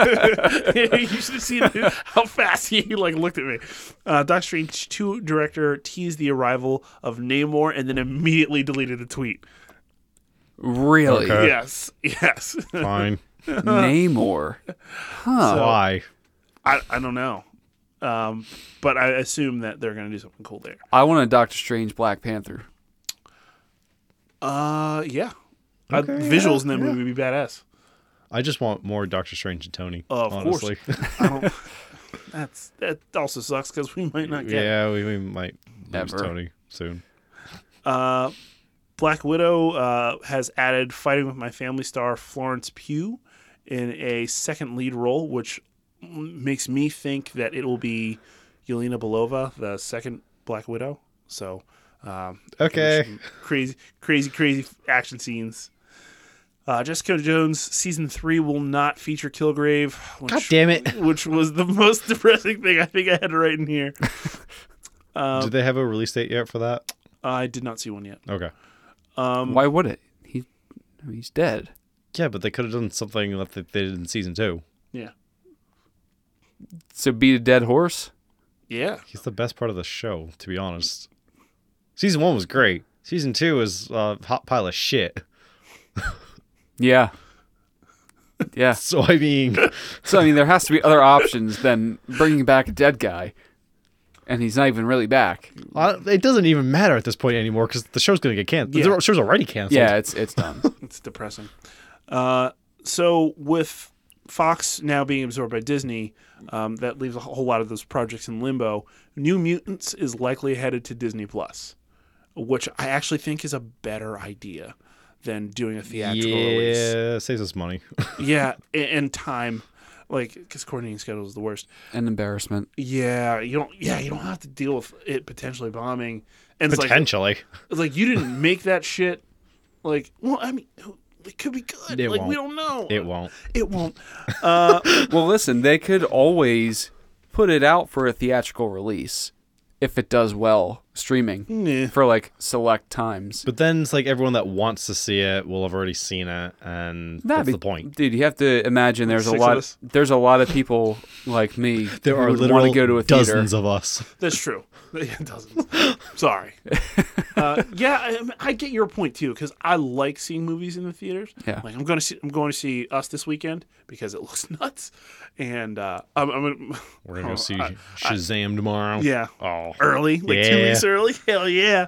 [SPEAKER 1] you should have seen how fast he like looked at me. Uh, Doctor Strange two director teased the arrival of Namor, and then immediately deleted the tweet.
[SPEAKER 2] really
[SPEAKER 3] Okay.
[SPEAKER 1] Yes, yes.
[SPEAKER 3] Fine.
[SPEAKER 2] Namor. Huh.
[SPEAKER 3] Why?
[SPEAKER 1] I, I don't know, um, but I assume that they're going to do something cool there.
[SPEAKER 2] I want a Doctor Strange Black Panther.
[SPEAKER 1] Uh, yeah. Uh,
[SPEAKER 3] Okay,
[SPEAKER 1] visuals in
[SPEAKER 3] yeah,
[SPEAKER 1] that movie would be badass.
[SPEAKER 3] I just want more Doctor Strange and Tony.
[SPEAKER 1] Of course.
[SPEAKER 3] honestly.
[SPEAKER 1] I don't, that's that also sucks because we might not get.
[SPEAKER 3] yeah, we, we might lose
[SPEAKER 2] Never.
[SPEAKER 3] Tony soon.
[SPEAKER 1] Uh, Black Widow uh, has added fighting with my family star Florence Pugh in a second lead role, which m- makes me think that it will be Yelena Belova, the second Black Widow. So, um,
[SPEAKER 3] Okay.
[SPEAKER 1] Some Crazy, crazy, crazy action scenes. Uh, Jessica Jones season three will not feature Kilgrave, which,
[SPEAKER 3] God damn it.
[SPEAKER 1] which was the most depressing thing I think I had to write in here.
[SPEAKER 3] Do they have a release date yet for that?
[SPEAKER 1] I did not see one yet.
[SPEAKER 3] Okay.
[SPEAKER 1] Um,
[SPEAKER 2] Why would it? He, I mean, he's dead.
[SPEAKER 3] Yeah, but they could have done something that they they did in season two.
[SPEAKER 1] yeah,
[SPEAKER 2] So beat a dead horse.
[SPEAKER 1] yeah.
[SPEAKER 3] He's the best part of the show, to be honest. Season one was great. Season two is a hot pile of shit.
[SPEAKER 2] Yeah. Yeah.
[SPEAKER 3] So I mean,
[SPEAKER 2] So I mean, there has to be other options than bringing back a dead guy, and he's not even really back.
[SPEAKER 3] I- it doesn't even matter at this point anymore because the show's gonna get canceled.
[SPEAKER 1] Yeah.
[SPEAKER 3] The show's already canceled.
[SPEAKER 2] Yeah, it's it's done.
[SPEAKER 1] It's depressing. Uh, so with Fox now being absorbed by Disney, um, that leaves a whole lot of those projects in limbo. New Mutants is likely headed to Disney Plus, which I actually think is a better idea than doing a theatrical release.
[SPEAKER 3] Yeah, saves us money.
[SPEAKER 1] Yeah, and, and time, like because coordinating schedule is the worst.
[SPEAKER 2] An embarrassment.
[SPEAKER 1] Yeah, you don't. Yeah, you don't have to deal with it potentially bombing. And it's like,
[SPEAKER 3] Potentially,
[SPEAKER 1] it's like you didn't make that shit. Like, well, I mean, who- it could be good.
[SPEAKER 3] It
[SPEAKER 1] like we don't
[SPEAKER 3] won't.
[SPEAKER 1] know.
[SPEAKER 3] it won't.
[SPEAKER 1] It won't. Uh,
[SPEAKER 2] Well, listen, they could always put it out for a theatrical release if it does well, streaming
[SPEAKER 1] Yeah.
[SPEAKER 2] for like select times.
[SPEAKER 3] But then it's like everyone that wants to see it will have already seen it, and
[SPEAKER 2] That'd
[SPEAKER 3] that's
[SPEAKER 2] be-
[SPEAKER 3] the point.
[SPEAKER 2] dude. You have to imagine there's
[SPEAKER 1] Six
[SPEAKER 2] a
[SPEAKER 1] of
[SPEAKER 2] lot.
[SPEAKER 1] us.
[SPEAKER 2] there's a lot of people like me.
[SPEAKER 3] There
[SPEAKER 2] who
[SPEAKER 3] are
[SPEAKER 2] would want
[SPEAKER 3] literally
[SPEAKER 2] to go to a theater.
[SPEAKER 3] dozens of us.
[SPEAKER 1] That's true. It doesn't. Sorry. Uh, yeah, I, I get your point too because I like seeing movies in the theaters.
[SPEAKER 2] Yeah.
[SPEAKER 1] Like I'm going to see I'm going to see Us this weekend because it looks nuts, and uh, I'm, I'm gonna,
[SPEAKER 3] We're gonna go
[SPEAKER 1] Oh,
[SPEAKER 3] see
[SPEAKER 1] I-
[SPEAKER 3] Shazam tomorrow.
[SPEAKER 1] yeah Er,
[SPEAKER 3] Oh,
[SPEAKER 1] early like two
[SPEAKER 3] Yeah.
[SPEAKER 1] weeks early. Hell yeah.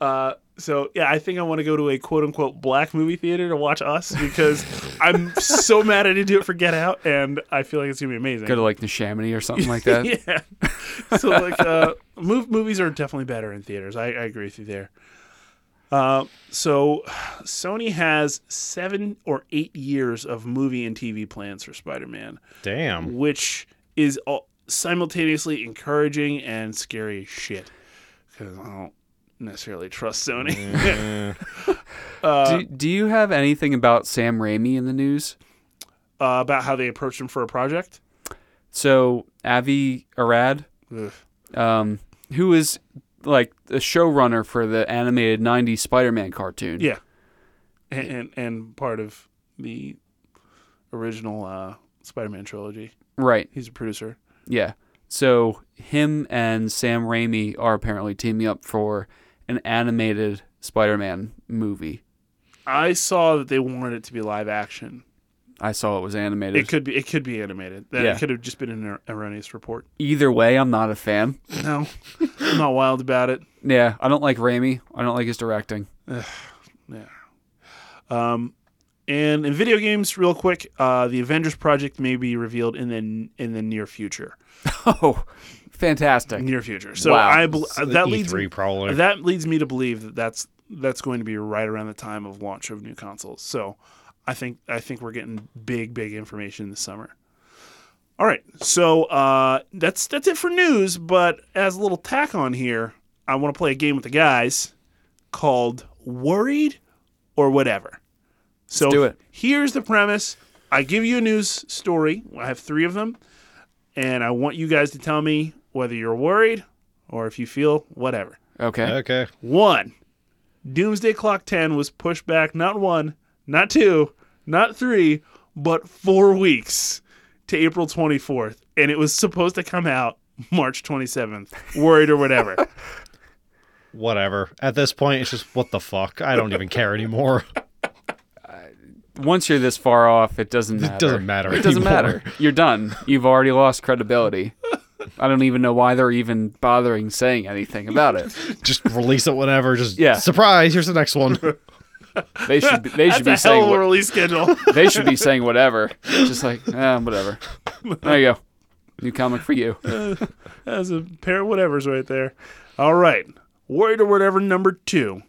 [SPEAKER 1] Uh, so yeah, I think I want to go to a quote unquote black movie theater to watch Us because I'm so mad I didn't do it for Get Out, and I feel like it's gonna be amazing.
[SPEAKER 2] Go to like Neshaminy or something like that.
[SPEAKER 1] yeah. So like, uh, mov- movies are definitely better in theaters. I, I agree with you there. Uh, so Sony has seven or eight years of movie and TV plans for Spider-Man,
[SPEAKER 3] damn.
[SPEAKER 1] which is all simultaneously encouraging and scary as shit. Because I don't necessarily trust Sony.
[SPEAKER 3] Eh.
[SPEAKER 1] Uh,
[SPEAKER 2] Do, do you have anything about Sam Raimi in the news?
[SPEAKER 1] uh, about how they approached him for a project.
[SPEAKER 2] So Avi Arad,
[SPEAKER 1] Ugh.
[SPEAKER 2] um, who is like the showrunner for the animated '90s Spider-Man cartoon.
[SPEAKER 1] Yeah. And, and and part of the original uh, Spider-Man trilogy.
[SPEAKER 2] Right.
[SPEAKER 1] He's a producer.
[SPEAKER 2] Yeah. So him and Sam Raimi are apparently teaming up for an animated Spider-Man movie.
[SPEAKER 1] I saw that they wanted it to be live action.
[SPEAKER 2] I saw it was animated.
[SPEAKER 1] It could be. It could be animated. That
[SPEAKER 2] Yeah.
[SPEAKER 1] it could have just been an er- erroneous report.
[SPEAKER 2] Either way, I'm not a fan.
[SPEAKER 1] No, I'm not wild about it.
[SPEAKER 2] Yeah, I don't like Raimi. I don't like his directing.
[SPEAKER 1] Um, and in video games, real quick, uh, the Avengers project may be revealed in the in the near future.
[SPEAKER 2] Oh, fantastic.
[SPEAKER 1] Near future. So
[SPEAKER 2] Wow. E
[SPEAKER 1] I bel
[SPEAKER 3] So
[SPEAKER 1] uh, that
[SPEAKER 3] E3
[SPEAKER 1] leads
[SPEAKER 3] E probably.
[SPEAKER 1] that leads me to believe that that's that's going to be right around the time of launch of new consoles. So I think I think we're getting big big information this summer. All right, so uh, that's that's it for news. But as a little tack on here, I want to play a game with the guys called Worried or Whatever. So
[SPEAKER 2] do it.
[SPEAKER 1] here's the premise: I give you a news story. I have three of them, and I want you guys to tell me whether you're worried or if you feel whatever.
[SPEAKER 2] Okay.
[SPEAKER 3] okay.
[SPEAKER 1] One, Doomsday Clock 10 was pushed back not one, not two, not three, but four weeks to April 24th. And it was supposed to come out March 27th. Worried or whatever.
[SPEAKER 3] Whatever. At this point, it's just what the fuck. I don't even care anymore.
[SPEAKER 2] Once you're this far off, it doesn't matter.
[SPEAKER 3] It doesn't matter.
[SPEAKER 2] It doesn't matter. You're done. You've already lost credibility. I don't even know why they're even bothering saying anything about it.
[SPEAKER 3] Just release it whenever. Just
[SPEAKER 2] Yeah.
[SPEAKER 3] surprise. Here's the next one.
[SPEAKER 2] They should be, they
[SPEAKER 1] That's
[SPEAKER 2] should be
[SPEAKER 1] a hell
[SPEAKER 2] saying
[SPEAKER 1] of a
[SPEAKER 2] what,
[SPEAKER 1] release schedule.
[SPEAKER 2] they should be saying whatever. Just like, ah, whatever. There you go. New comic for you.
[SPEAKER 1] That's a pair of whatevers right there. All right. Worried or whatever number two.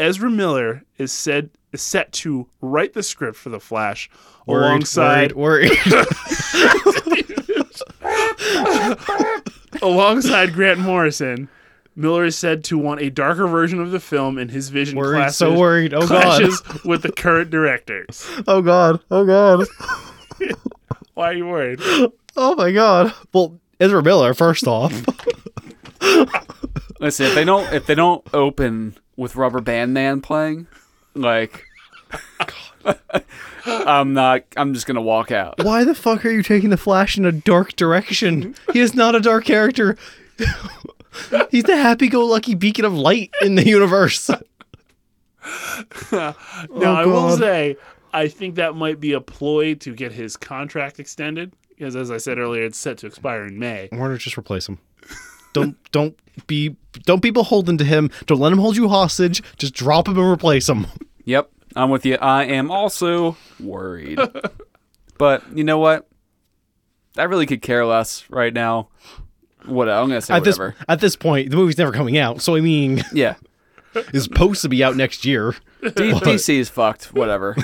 [SPEAKER 1] Ezra Miller is said is set to write the script for The Flash
[SPEAKER 3] Worried,
[SPEAKER 1] alongside
[SPEAKER 3] Worried, worried.
[SPEAKER 1] alongside Grant Morrison, Miller is said to want a darker version of the film, and his vision
[SPEAKER 3] Worried,
[SPEAKER 1] clashes,
[SPEAKER 3] so worried. Oh, God.
[SPEAKER 1] clashes with the current directors.
[SPEAKER 3] oh god. Oh god.
[SPEAKER 1] Why are you worried?
[SPEAKER 3] Oh my god. Well, Ezra Miller. First off,
[SPEAKER 2] Listen, if they don't if they don't open with Rubber Band Man playing, like I'm not I'm just gonna walk out.
[SPEAKER 3] why the fuck are you taking the Flash in a dark direction? He is not a dark character. He's the happy-go-lucky beacon of light in the universe.
[SPEAKER 1] Now, I will
[SPEAKER 3] God.
[SPEAKER 1] say, I think that might be a ploy to get his contract extended, because as I said earlier, it's set to expire in May.
[SPEAKER 3] Warner, just replace him. Don't don't be don't be beholden to him. Don't let him hold you hostage. Just drop him and replace him.
[SPEAKER 2] Yep, I'm with you. I am also worried. But you know what? I really could care less right now. What I'm gonna say
[SPEAKER 3] At this
[SPEAKER 2] whatever.
[SPEAKER 3] at this point, the movie's never coming out. So I mean,
[SPEAKER 2] Yeah.
[SPEAKER 3] it's supposed to be out next year.
[SPEAKER 2] D- DC is fucked. Whatever.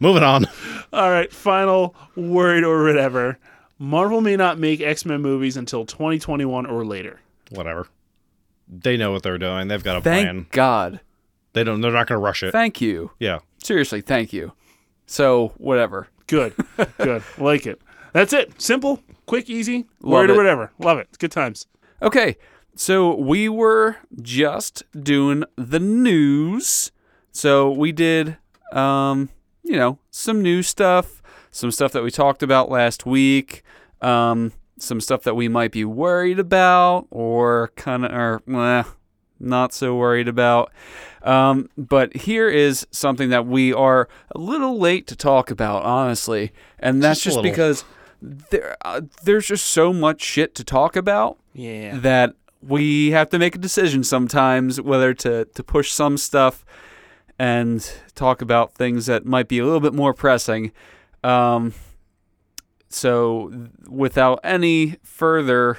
[SPEAKER 3] Moving on.
[SPEAKER 1] All right, final word or whatever. Marvel may not make X Men movies until 2021 or later.
[SPEAKER 3] Whatever. They know what they're doing. They've got a plan.
[SPEAKER 2] Thank God.
[SPEAKER 3] They don't. They're not going to rush it.
[SPEAKER 2] Thank you.
[SPEAKER 3] yeah.
[SPEAKER 2] Seriously, thank you. So whatever.
[SPEAKER 1] Good. Good. like it. That's it. Simple, quick, easy,
[SPEAKER 2] Love
[SPEAKER 1] word or
[SPEAKER 2] it.
[SPEAKER 1] whatever. Love it. Good times.
[SPEAKER 2] Okay. So we were just doing the news. So we did, um, you know, some new stuff, some stuff that we talked about last week, um, some stuff that we might be worried about or kind of or eh, not so worried about. Um, but here is something that we are a little late to talk about, honestly, and that's
[SPEAKER 3] Just
[SPEAKER 2] just,
[SPEAKER 3] a little.
[SPEAKER 2] because there uh, there's just so much shit to talk about
[SPEAKER 1] Yeah.
[SPEAKER 2] that we have to make a decision sometimes whether to, to push some stuff and talk about things that might be a little bit more pressing. Um, so, th- without any further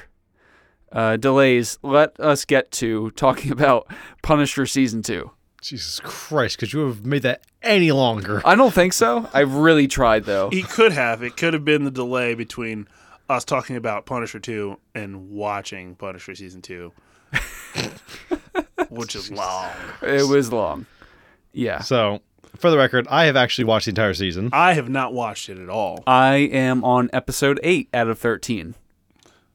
[SPEAKER 2] uh, delays, let us get to talking about Punisher Season 2.
[SPEAKER 3] Jesus Christ, could you have made that any longer?
[SPEAKER 2] I don't think so. I really tried, though.
[SPEAKER 1] It could have. It could have been the delay between us talking about Punisher 2 and watching Punisher Season 2, which is long.
[SPEAKER 2] It was long. Yeah.
[SPEAKER 3] So, for the record, I have actually watched the entire season.
[SPEAKER 1] I have not watched it at all.
[SPEAKER 2] I am on episode 8 out of 13.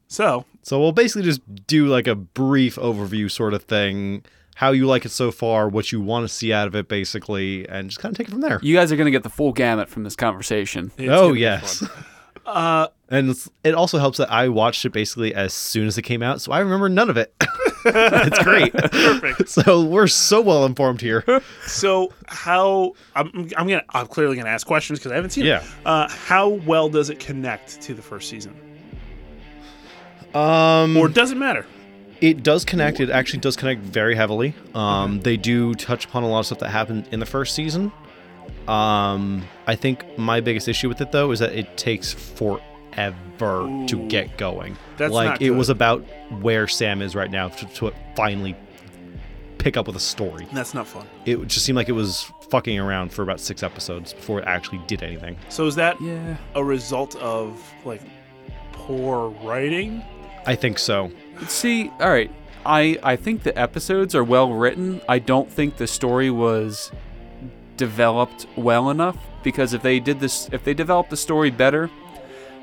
[SPEAKER 1] So,
[SPEAKER 3] So we'll basically just do like a brief overview sort of thing, how you like it so far, what you want to see out of it, basically, and just kind of take it from there.
[SPEAKER 2] You guys are going to get the full gamut from this conversation.
[SPEAKER 1] it's
[SPEAKER 3] oh
[SPEAKER 1] gonna be
[SPEAKER 3] yes,
[SPEAKER 1] fun. Uh,
[SPEAKER 3] and it's, it also helps that I watched it basically as soon as it came out, so I remember none of it. it's great.
[SPEAKER 1] Perfect.
[SPEAKER 3] So we're so well informed here.
[SPEAKER 1] So, how I'm, I'm gonna I'm clearly gonna ask questions because I haven't seen
[SPEAKER 3] Yeah.
[SPEAKER 1] it. Uh, how well does it connect to the first season,
[SPEAKER 3] Um,
[SPEAKER 1] or does it matter?
[SPEAKER 3] It does connect. It actually does connect very heavily. Um, they do touch upon a lot of stuff that happened in the first season. Um, I think my biggest issue with it though is that it takes forever to get going.
[SPEAKER 1] That's
[SPEAKER 3] like
[SPEAKER 1] not
[SPEAKER 3] it
[SPEAKER 1] good.
[SPEAKER 3] was about where Sam is right now to, to finally pick up with a story.
[SPEAKER 1] That's not fun.
[SPEAKER 3] It just seemed like it was fucking around for about six episodes before it actually did anything.
[SPEAKER 1] So, is that
[SPEAKER 2] Yeah.
[SPEAKER 1] a result of like poor writing?
[SPEAKER 3] I think so.
[SPEAKER 2] See, all right. I I think the episodes are well written. I don't think the story was developed well enough because if they did this, if they developed the story better,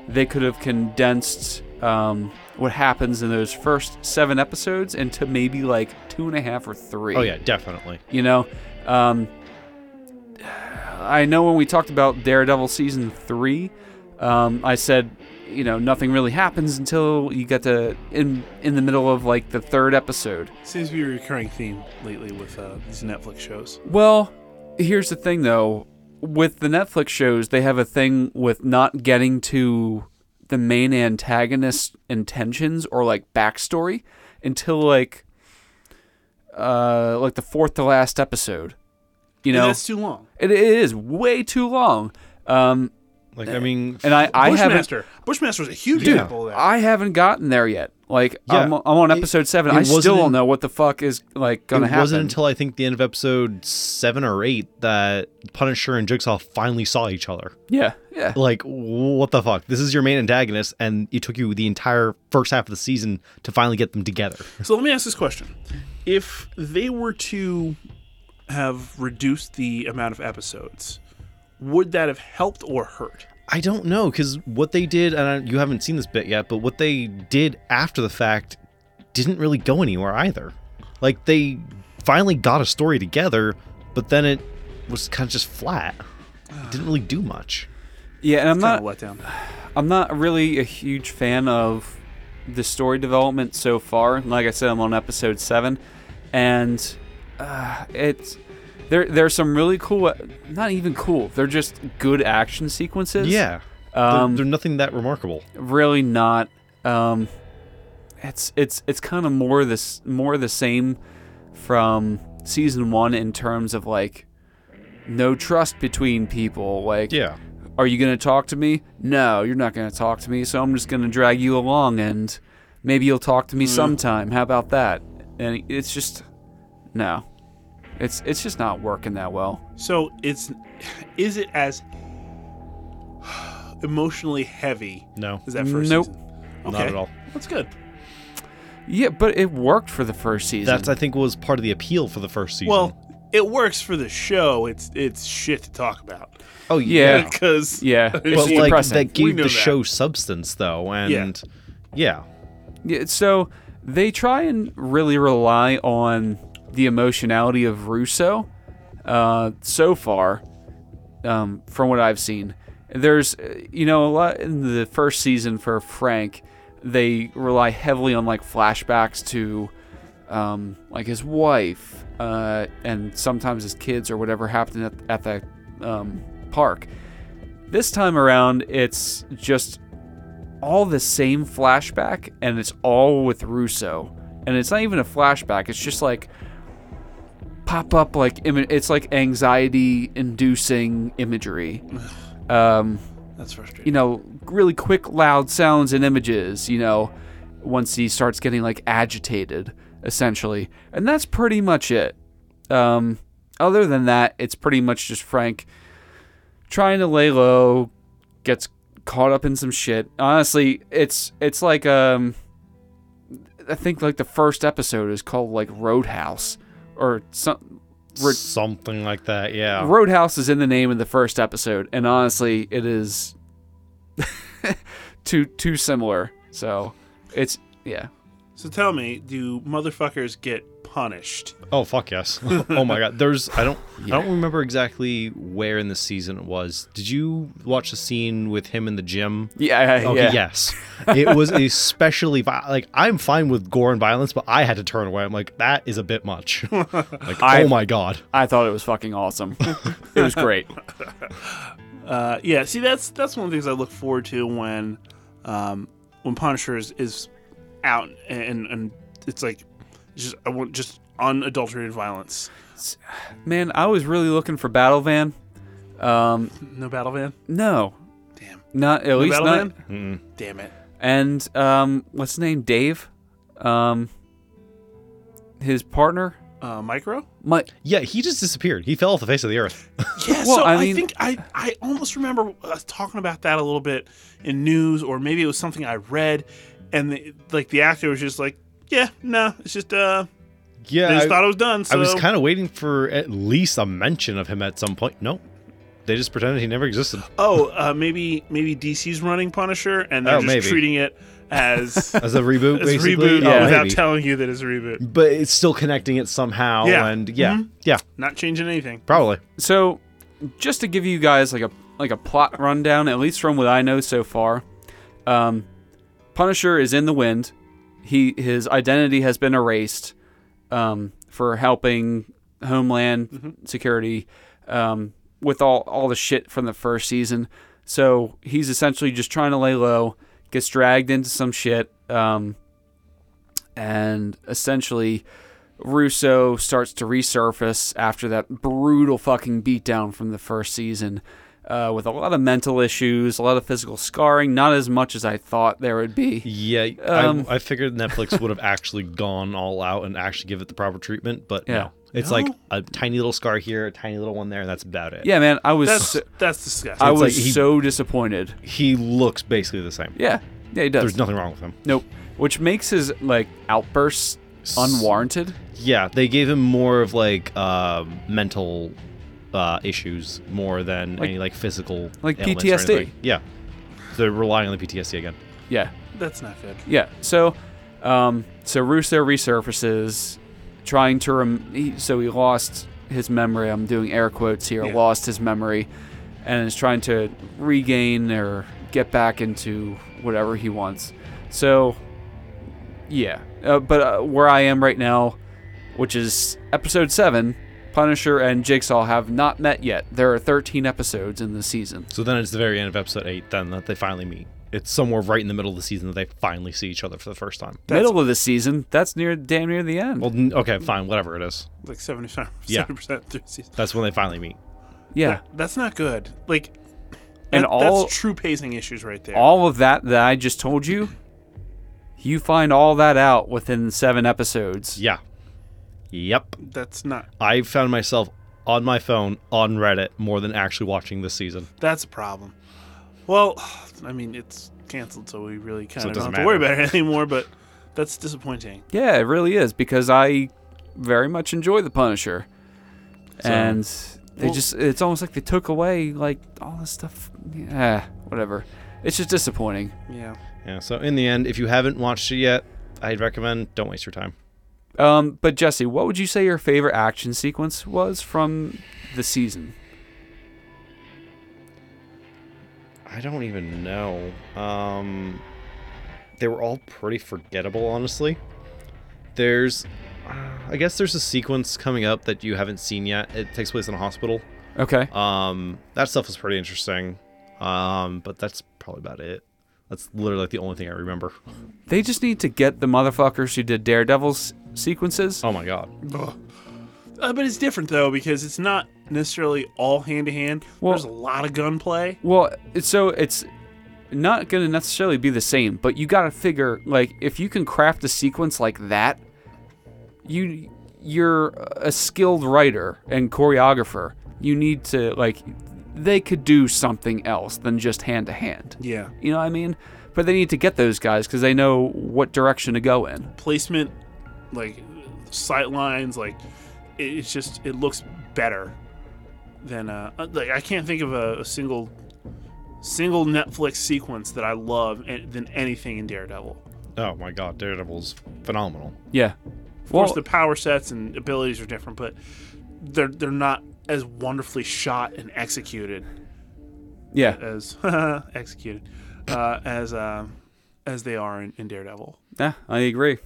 [SPEAKER 2] they could have condensed um, what happens in those first seven episodes into maybe like two and a half or three.
[SPEAKER 3] Oh yeah, definitely.
[SPEAKER 2] You know, um, I know when we talked about Daredevil season three, um, I said, you know, nothing really happens until you get to in in the middle of like the third episode.
[SPEAKER 1] Seems to be a recurring theme lately with uh, these Netflix shows.
[SPEAKER 2] Well, here's the thing though. With the Netflix shows, they have a thing with not getting to the main antagonist's intentions or like backstory until like uh like the fourth to last episode. You
[SPEAKER 1] And
[SPEAKER 2] know,
[SPEAKER 1] that's too long.
[SPEAKER 2] it, it is way too long. Um
[SPEAKER 3] Like I mean,
[SPEAKER 2] and I I haven't
[SPEAKER 1] Bushmaster. Bushmaster's a huge
[SPEAKER 3] Dude,
[SPEAKER 1] example of that.
[SPEAKER 2] I haven't gotten there yet. Like I'm,
[SPEAKER 3] Yeah.
[SPEAKER 2] I'm on
[SPEAKER 3] It-
[SPEAKER 2] episode 7.
[SPEAKER 3] it
[SPEAKER 2] I still
[SPEAKER 3] wasn't
[SPEAKER 2] don't
[SPEAKER 3] in-
[SPEAKER 2] know what the fuck is like going to
[SPEAKER 3] it
[SPEAKER 2] happen.
[SPEAKER 3] wasn't until I think the end of episode seven or eight that Punisher and Jigsaw finally saw each other.
[SPEAKER 2] yeah. Yeah.
[SPEAKER 3] Like, what the fuck? This is your main antagonist, and it took you the entire first half of the season to finally get them together.
[SPEAKER 1] So let me ask this question: If they were to have reduced the amount of episodes, would that have helped or hurt?
[SPEAKER 3] I don't know because what they did, and I, you haven't seen this bit yet, but what they did after the fact didn't really go anywhere either. Like they finally got a story together, but then it was kind of just flat. It didn't really do much.
[SPEAKER 2] Yeah, and I'm
[SPEAKER 1] Kind
[SPEAKER 2] not
[SPEAKER 1] of let down.
[SPEAKER 2] I'm not really a huge fan of the story development so far. Like I said, I'm on episode seven, and uh, it's there. There's some really cool, not even cool. They're just good action sequences.
[SPEAKER 3] Yeah,
[SPEAKER 2] Um,
[SPEAKER 3] they're, they're nothing that remarkable.
[SPEAKER 2] really not. Um, it's it's it's kind of more this more the same from season one in terms of like no trust between people. Like
[SPEAKER 3] Yeah.
[SPEAKER 2] are you going to talk to me? No, you're not going to talk to me. So I'm just going to drag you along and maybe you'll talk
[SPEAKER 3] Mm.
[SPEAKER 2] to me sometime. How about that? And it's just no. It's it's just not working that well.
[SPEAKER 1] So it's is it as emotionally heavy
[SPEAKER 3] No.
[SPEAKER 1] as that first
[SPEAKER 2] Nope.
[SPEAKER 1] season?
[SPEAKER 3] Not
[SPEAKER 1] Okay.
[SPEAKER 3] at all.
[SPEAKER 1] That's good.
[SPEAKER 2] Yeah, but it worked for the first season.
[SPEAKER 3] That's I think was part of the appeal for the first season.
[SPEAKER 1] Well, it works for the show. It's it's shit to talk about
[SPEAKER 3] oh
[SPEAKER 2] yeah. yeah.
[SPEAKER 1] because
[SPEAKER 2] yeah,
[SPEAKER 3] but
[SPEAKER 2] it's
[SPEAKER 3] like
[SPEAKER 2] depressing.
[SPEAKER 3] that
[SPEAKER 1] We
[SPEAKER 3] gave
[SPEAKER 1] know that.
[SPEAKER 3] the show substance though, and yeah.
[SPEAKER 2] Yeah, so they try and really rely on the emotionality of Russo uh, so far, um, from what I've seen. There's, uh, you know, a lot in the first season for Frank, they rely heavily on like flashbacks to um, like his wife uh, and sometimes his kids or whatever happened at, at the um, park. This time around, it's just all the same flashback and it's all with Russo. And it's not even a flashback, it's just like pop up like imi- it's like anxiety inducing imagery. Um
[SPEAKER 1] That's frustrating.
[SPEAKER 2] you know, really quick loud sounds and images, you know, once he starts getting like agitated essentially. And that's pretty much it. Um other than that, it's pretty much just Frank trying to lay low, gets caught up in some shit. Honestly, it's it's like um I think like the first episode is called like Roadhouse or some Re-
[SPEAKER 3] something like that.
[SPEAKER 1] Oh.
[SPEAKER 3] Yeah.
[SPEAKER 2] Roadhouse is in the name of the first episode, and honestly, it is too too similar. So it's yeah.
[SPEAKER 1] So tell me, do motherfuckers get punished?
[SPEAKER 3] Oh fuck yes. oh my god. There's I don't
[SPEAKER 2] Yeah.
[SPEAKER 3] I don't remember exactly where in the season it was. Did you watch the scene with him in the gym?
[SPEAKER 2] Yeah,
[SPEAKER 3] Okay,
[SPEAKER 2] yeah.
[SPEAKER 3] yes. It was especially vi- like I'm fine with gore and violence, but I had to turn away. I'm like that is a bit much. like
[SPEAKER 2] I-
[SPEAKER 3] oh my god.
[SPEAKER 2] I thought it was fucking awesome. it was great.
[SPEAKER 1] Uh, yeah, see, that's that's one of the things I look forward to when um, when Punisher is, is out and and it's like just I want just unadulterated violence.
[SPEAKER 2] Man, I was really looking for Battle Van. Um,
[SPEAKER 1] No battle van.
[SPEAKER 2] no.
[SPEAKER 1] Damn.
[SPEAKER 2] Not at
[SPEAKER 1] No
[SPEAKER 2] least
[SPEAKER 1] battle
[SPEAKER 2] not.
[SPEAKER 1] van.
[SPEAKER 3] Mm.
[SPEAKER 1] Damn it.
[SPEAKER 2] And um, what's his name? Dave. Um, his partner.
[SPEAKER 1] Uh, micro.
[SPEAKER 2] My
[SPEAKER 3] Yeah, he just disappeared. He fell off the face of the earth.
[SPEAKER 1] Yeah,
[SPEAKER 2] Well,
[SPEAKER 1] so
[SPEAKER 2] I
[SPEAKER 1] I,
[SPEAKER 2] mean-
[SPEAKER 1] think I, I almost remember us talking about that a little bit in news, or maybe it was something I read, and the, like the actor was just like, "Yeah, no, it's just uh,
[SPEAKER 3] Yeah.
[SPEAKER 1] they just
[SPEAKER 3] I-
[SPEAKER 1] thought it was done." So
[SPEAKER 3] I was kind of waiting for at least a mention of him at some point. No, they just pretended he never existed
[SPEAKER 1] oh, uh, maybe maybe DC's running Punisher, and they're
[SPEAKER 3] Oh,
[SPEAKER 1] just
[SPEAKER 3] maybe.
[SPEAKER 1] treating it as as
[SPEAKER 3] as a reboot, basically.
[SPEAKER 1] reboot
[SPEAKER 3] Oh,
[SPEAKER 1] without
[SPEAKER 3] maybe.
[SPEAKER 1] telling you that it's a reboot,
[SPEAKER 3] but it's still connecting it somehow.
[SPEAKER 1] Yeah.
[SPEAKER 3] and yeah,
[SPEAKER 1] Mhm.
[SPEAKER 3] yeah,
[SPEAKER 1] not changing anything.
[SPEAKER 3] probably.
[SPEAKER 2] So, just to give you guys like a like a plot rundown, at least from what I know so far, um, Punisher is in the wind. He his identity has been erased um, for helping Homeland Security um, with all all the shit from the first season. So he's essentially just trying to lay low. Gets dragged into some shit, um, and essentially. Russo starts to resurface after that brutal fucking beatdown from the first season, uh, with a lot of mental issues, a lot of physical scarring, not as much as I thought there would be.
[SPEAKER 3] Yeah,
[SPEAKER 2] Um.
[SPEAKER 3] I, I figured Netflix would have actually gone all out and actually give it the proper treatment, but
[SPEAKER 2] Yeah.
[SPEAKER 3] no, it's
[SPEAKER 1] No?
[SPEAKER 3] like a tiny little scar here, a tiny little one there, and that's about it.
[SPEAKER 2] Yeah, man, I was
[SPEAKER 1] That's
[SPEAKER 2] so,
[SPEAKER 1] that's disgusting.
[SPEAKER 2] I
[SPEAKER 3] it's
[SPEAKER 2] was
[SPEAKER 3] like he-
[SPEAKER 2] so disappointed.
[SPEAKER 3] he looks basically the same.
[SPEAKER 2] Yeah, yeah, he does.
[SPEAKER 3] There's nothing wrong with him.
[SPEAKER 2] nope, which makes his like outbursts unwarranted.
[SPEAKER 3] Yeah, they gave him more of like uh, mental uh, issues more than
[SPEAKER 2] Like-
[SPEAKER 3] any like physical
[SPEAKER 2] like
[SPEAKER 3] ailments or
[SPEAKER 2] PTSD.
[SPEAKER 3] anything. Yeah, so they're relying on the PTSD again.
[SPEAKER 2] Yeah,
[SPEAKER 1] that's not good.
[SPEAKER 2] Yeah. So, um, so Russo resurfaces, trying to rem- he, so he lost his memory. I'm doing air quotes here.
[SPEAKER 1] Yeah.
[SPEAKER 2] Lost his memory, and is trying to regain or get back into whatever he wants. So, yeah. Uh, but uh, where I am right now, which is episode seven. Punisher and Jigsaw have not met yet. There are 13 episodes in the season.
[SPEAKER 3] So then it's the very end of episode eight then that they finally meet. It's somewhere right in the middle of the season that they finally see each other for the first time.
[SPEAKER 2] Middle of the season. That's near damn near the end.
[SPEAKER 3] Well, n- okay, fine, whatever it is.
[SPEAKER 1] Like seventy five
[SPEAKER 3] Yeah.
[SPEAKER 1] percent through season.
[SPEAKER 3] That's when they finally meet.
[SPEAKER 2] yeah.
[SPEAKER 1] That- that's not good. Like,
[SPEAKER 2] And
[SPEAKER 1] that-
[SPEAKER 2] all-
[SPEAKER 1] that's true pacing issues right there.
[SPEAKER 2] all of that that I just told you, you find all that out within seven episodes.
[SPEAKER 3] Yeah. Yep.
[SPEAKER 1] that's not.
[SPEAKER 3] I found myself on my phone on Reddit more than actually watching this season.
[SPEAKER 1] That's a problem. Well, I mean, it's canceled, so we really kind
[SPEAKER 3] So
[SPEAKER 1] of
[SPEAKER 3] it
[SPEAKER 1] don't have
[SPEAKER 3] doesn't
[SPEAKER 1] to worry about it anymore. But that's disappointing.
[SPEAKER 2] Yeah, it really is because I very much enjoy the Punisher, and they
[SPEAKER 1] Well-
[SPEAKER 2] just—it's almost like they took away like all this stuff. Yeah, whatever. It's just disappointing.
[SPEAKER 1] Yeah.
[SPEAKER 3] Yeah. So in the end, if you haven't watched it yet, I'd recommend don't waste your time.
[SPEAKER 2] Um, but Jesse, what would you say your favorite action sequence was from the season?
[SPEAKER 3] I don't even know. Um, they were all pretty forgettable, honestly. There's, uh, I guess, there's a sequence coming up that you haven't seen yet. It takes place in a hospital.
[SPEAKER 2] Okay.
[SPEAKER 3] Um, that stuff was pretty interesting. Um, but that's probably about it. That's literally like the only thing I remember.
[SPEAKER 2] They just need to get the motherfuckers who did Daredevil's sequences.
[SPEAKER 3] Oh my god.
[SPEAKER 1] Uh, but it's different though because it's not necessarily all hand to hand.
[SPEAKER 2] Well-
[SPEAKER 1] There's a lot of gunplay.
[SPEAKER 2] Well, it's, so it's not going to necessarily be the same, but you got to figure like if you can craft a sequence like that, you you're a skilled writer and choreographer. You need to like they could do something else than just hand to hand.
[SPEAKER 1] Yeah,
[SPEAKER 2] You know what I mean? But they need to get those guys because they know what direction to go in.
[SPEAKER 1] placement, like sight lines, like it, it's just it looks better than uh uh, like I can't think of a, a single single Netflix sequence that I love and, than anything in Daredevil.
[SPEAKER 3] Oh my god. Daredevil's phenomenal.
[SPEAKER 2] Yeah.
[SPEAKER 1] Of course, the power sets and abilities are different, but they're they're not as wonderfully shot and executed
[SPEAKER 2] yeah.
[SPEAKER 1] as executed uh, as uh, as they are in, in Daredevil.
[SPEAKER 2] Yeah, I agree.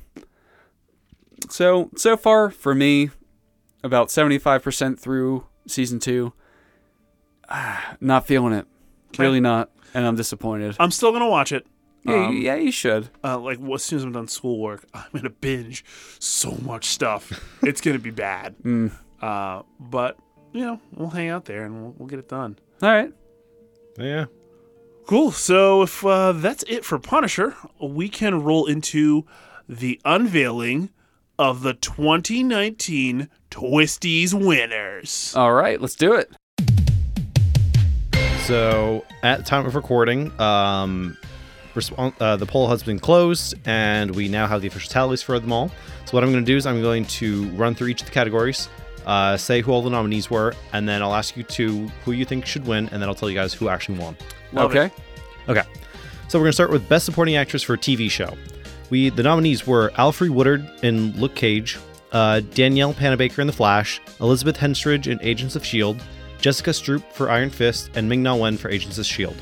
[SPEAKER 2] So so far for me, about seventy five percent through season two, ah, not feeling it, really not, and I'm disappointed.
[SPEAKER 1] I'm still gonna watch it.
[SPEAKER 2] Uh, yeah,
[SPEAKER 1] um,
[SPEAKER 2] you- yeah, you should.
[SPEAKER 1] Uh, like well, as soon as I'm done schoolwork, I'm gonna binge so much stuff. it's gonna be bad. Uh, but you know, we'll hang out there and we'll, we'll get it done.
[SPEAKER 2] All right,
[SPEAKER 3] Yeah.
[SPEAKER 1] Cool. So if uh, that's it for Punisher, we can roll into the unveiling of the 2019 Twisties winners.
[SPEAKER 2] all right, let's do it.
[SPEAKER 3] So at the time of recording, um, respon uh, the poll has been closed, and we now have the official tallies for them all. So what I'm going to do is I'm going to run through each of the categories, uh, say who all the nominees were, and then I'll ask you to who you think should win, and then I'll tell you guys who actually won.
[SPEAKER 1] Love
[SPEAKER 2] okay,
[SPEAKER 1] it.
[SPEAKER 3] Okay. So we're going to start with Best Supporting Actress for a TV Show. We The nominees were Alfre Woodard in Luke Cage, uh, Danielle Panabaker in The Flash, Elizabeth Henstridge in Agents of S.H.I.E.L.D., E Jessica Stroop for Iron Fist, and Ming Na Wen for Agents of S.H.I.E.L.D.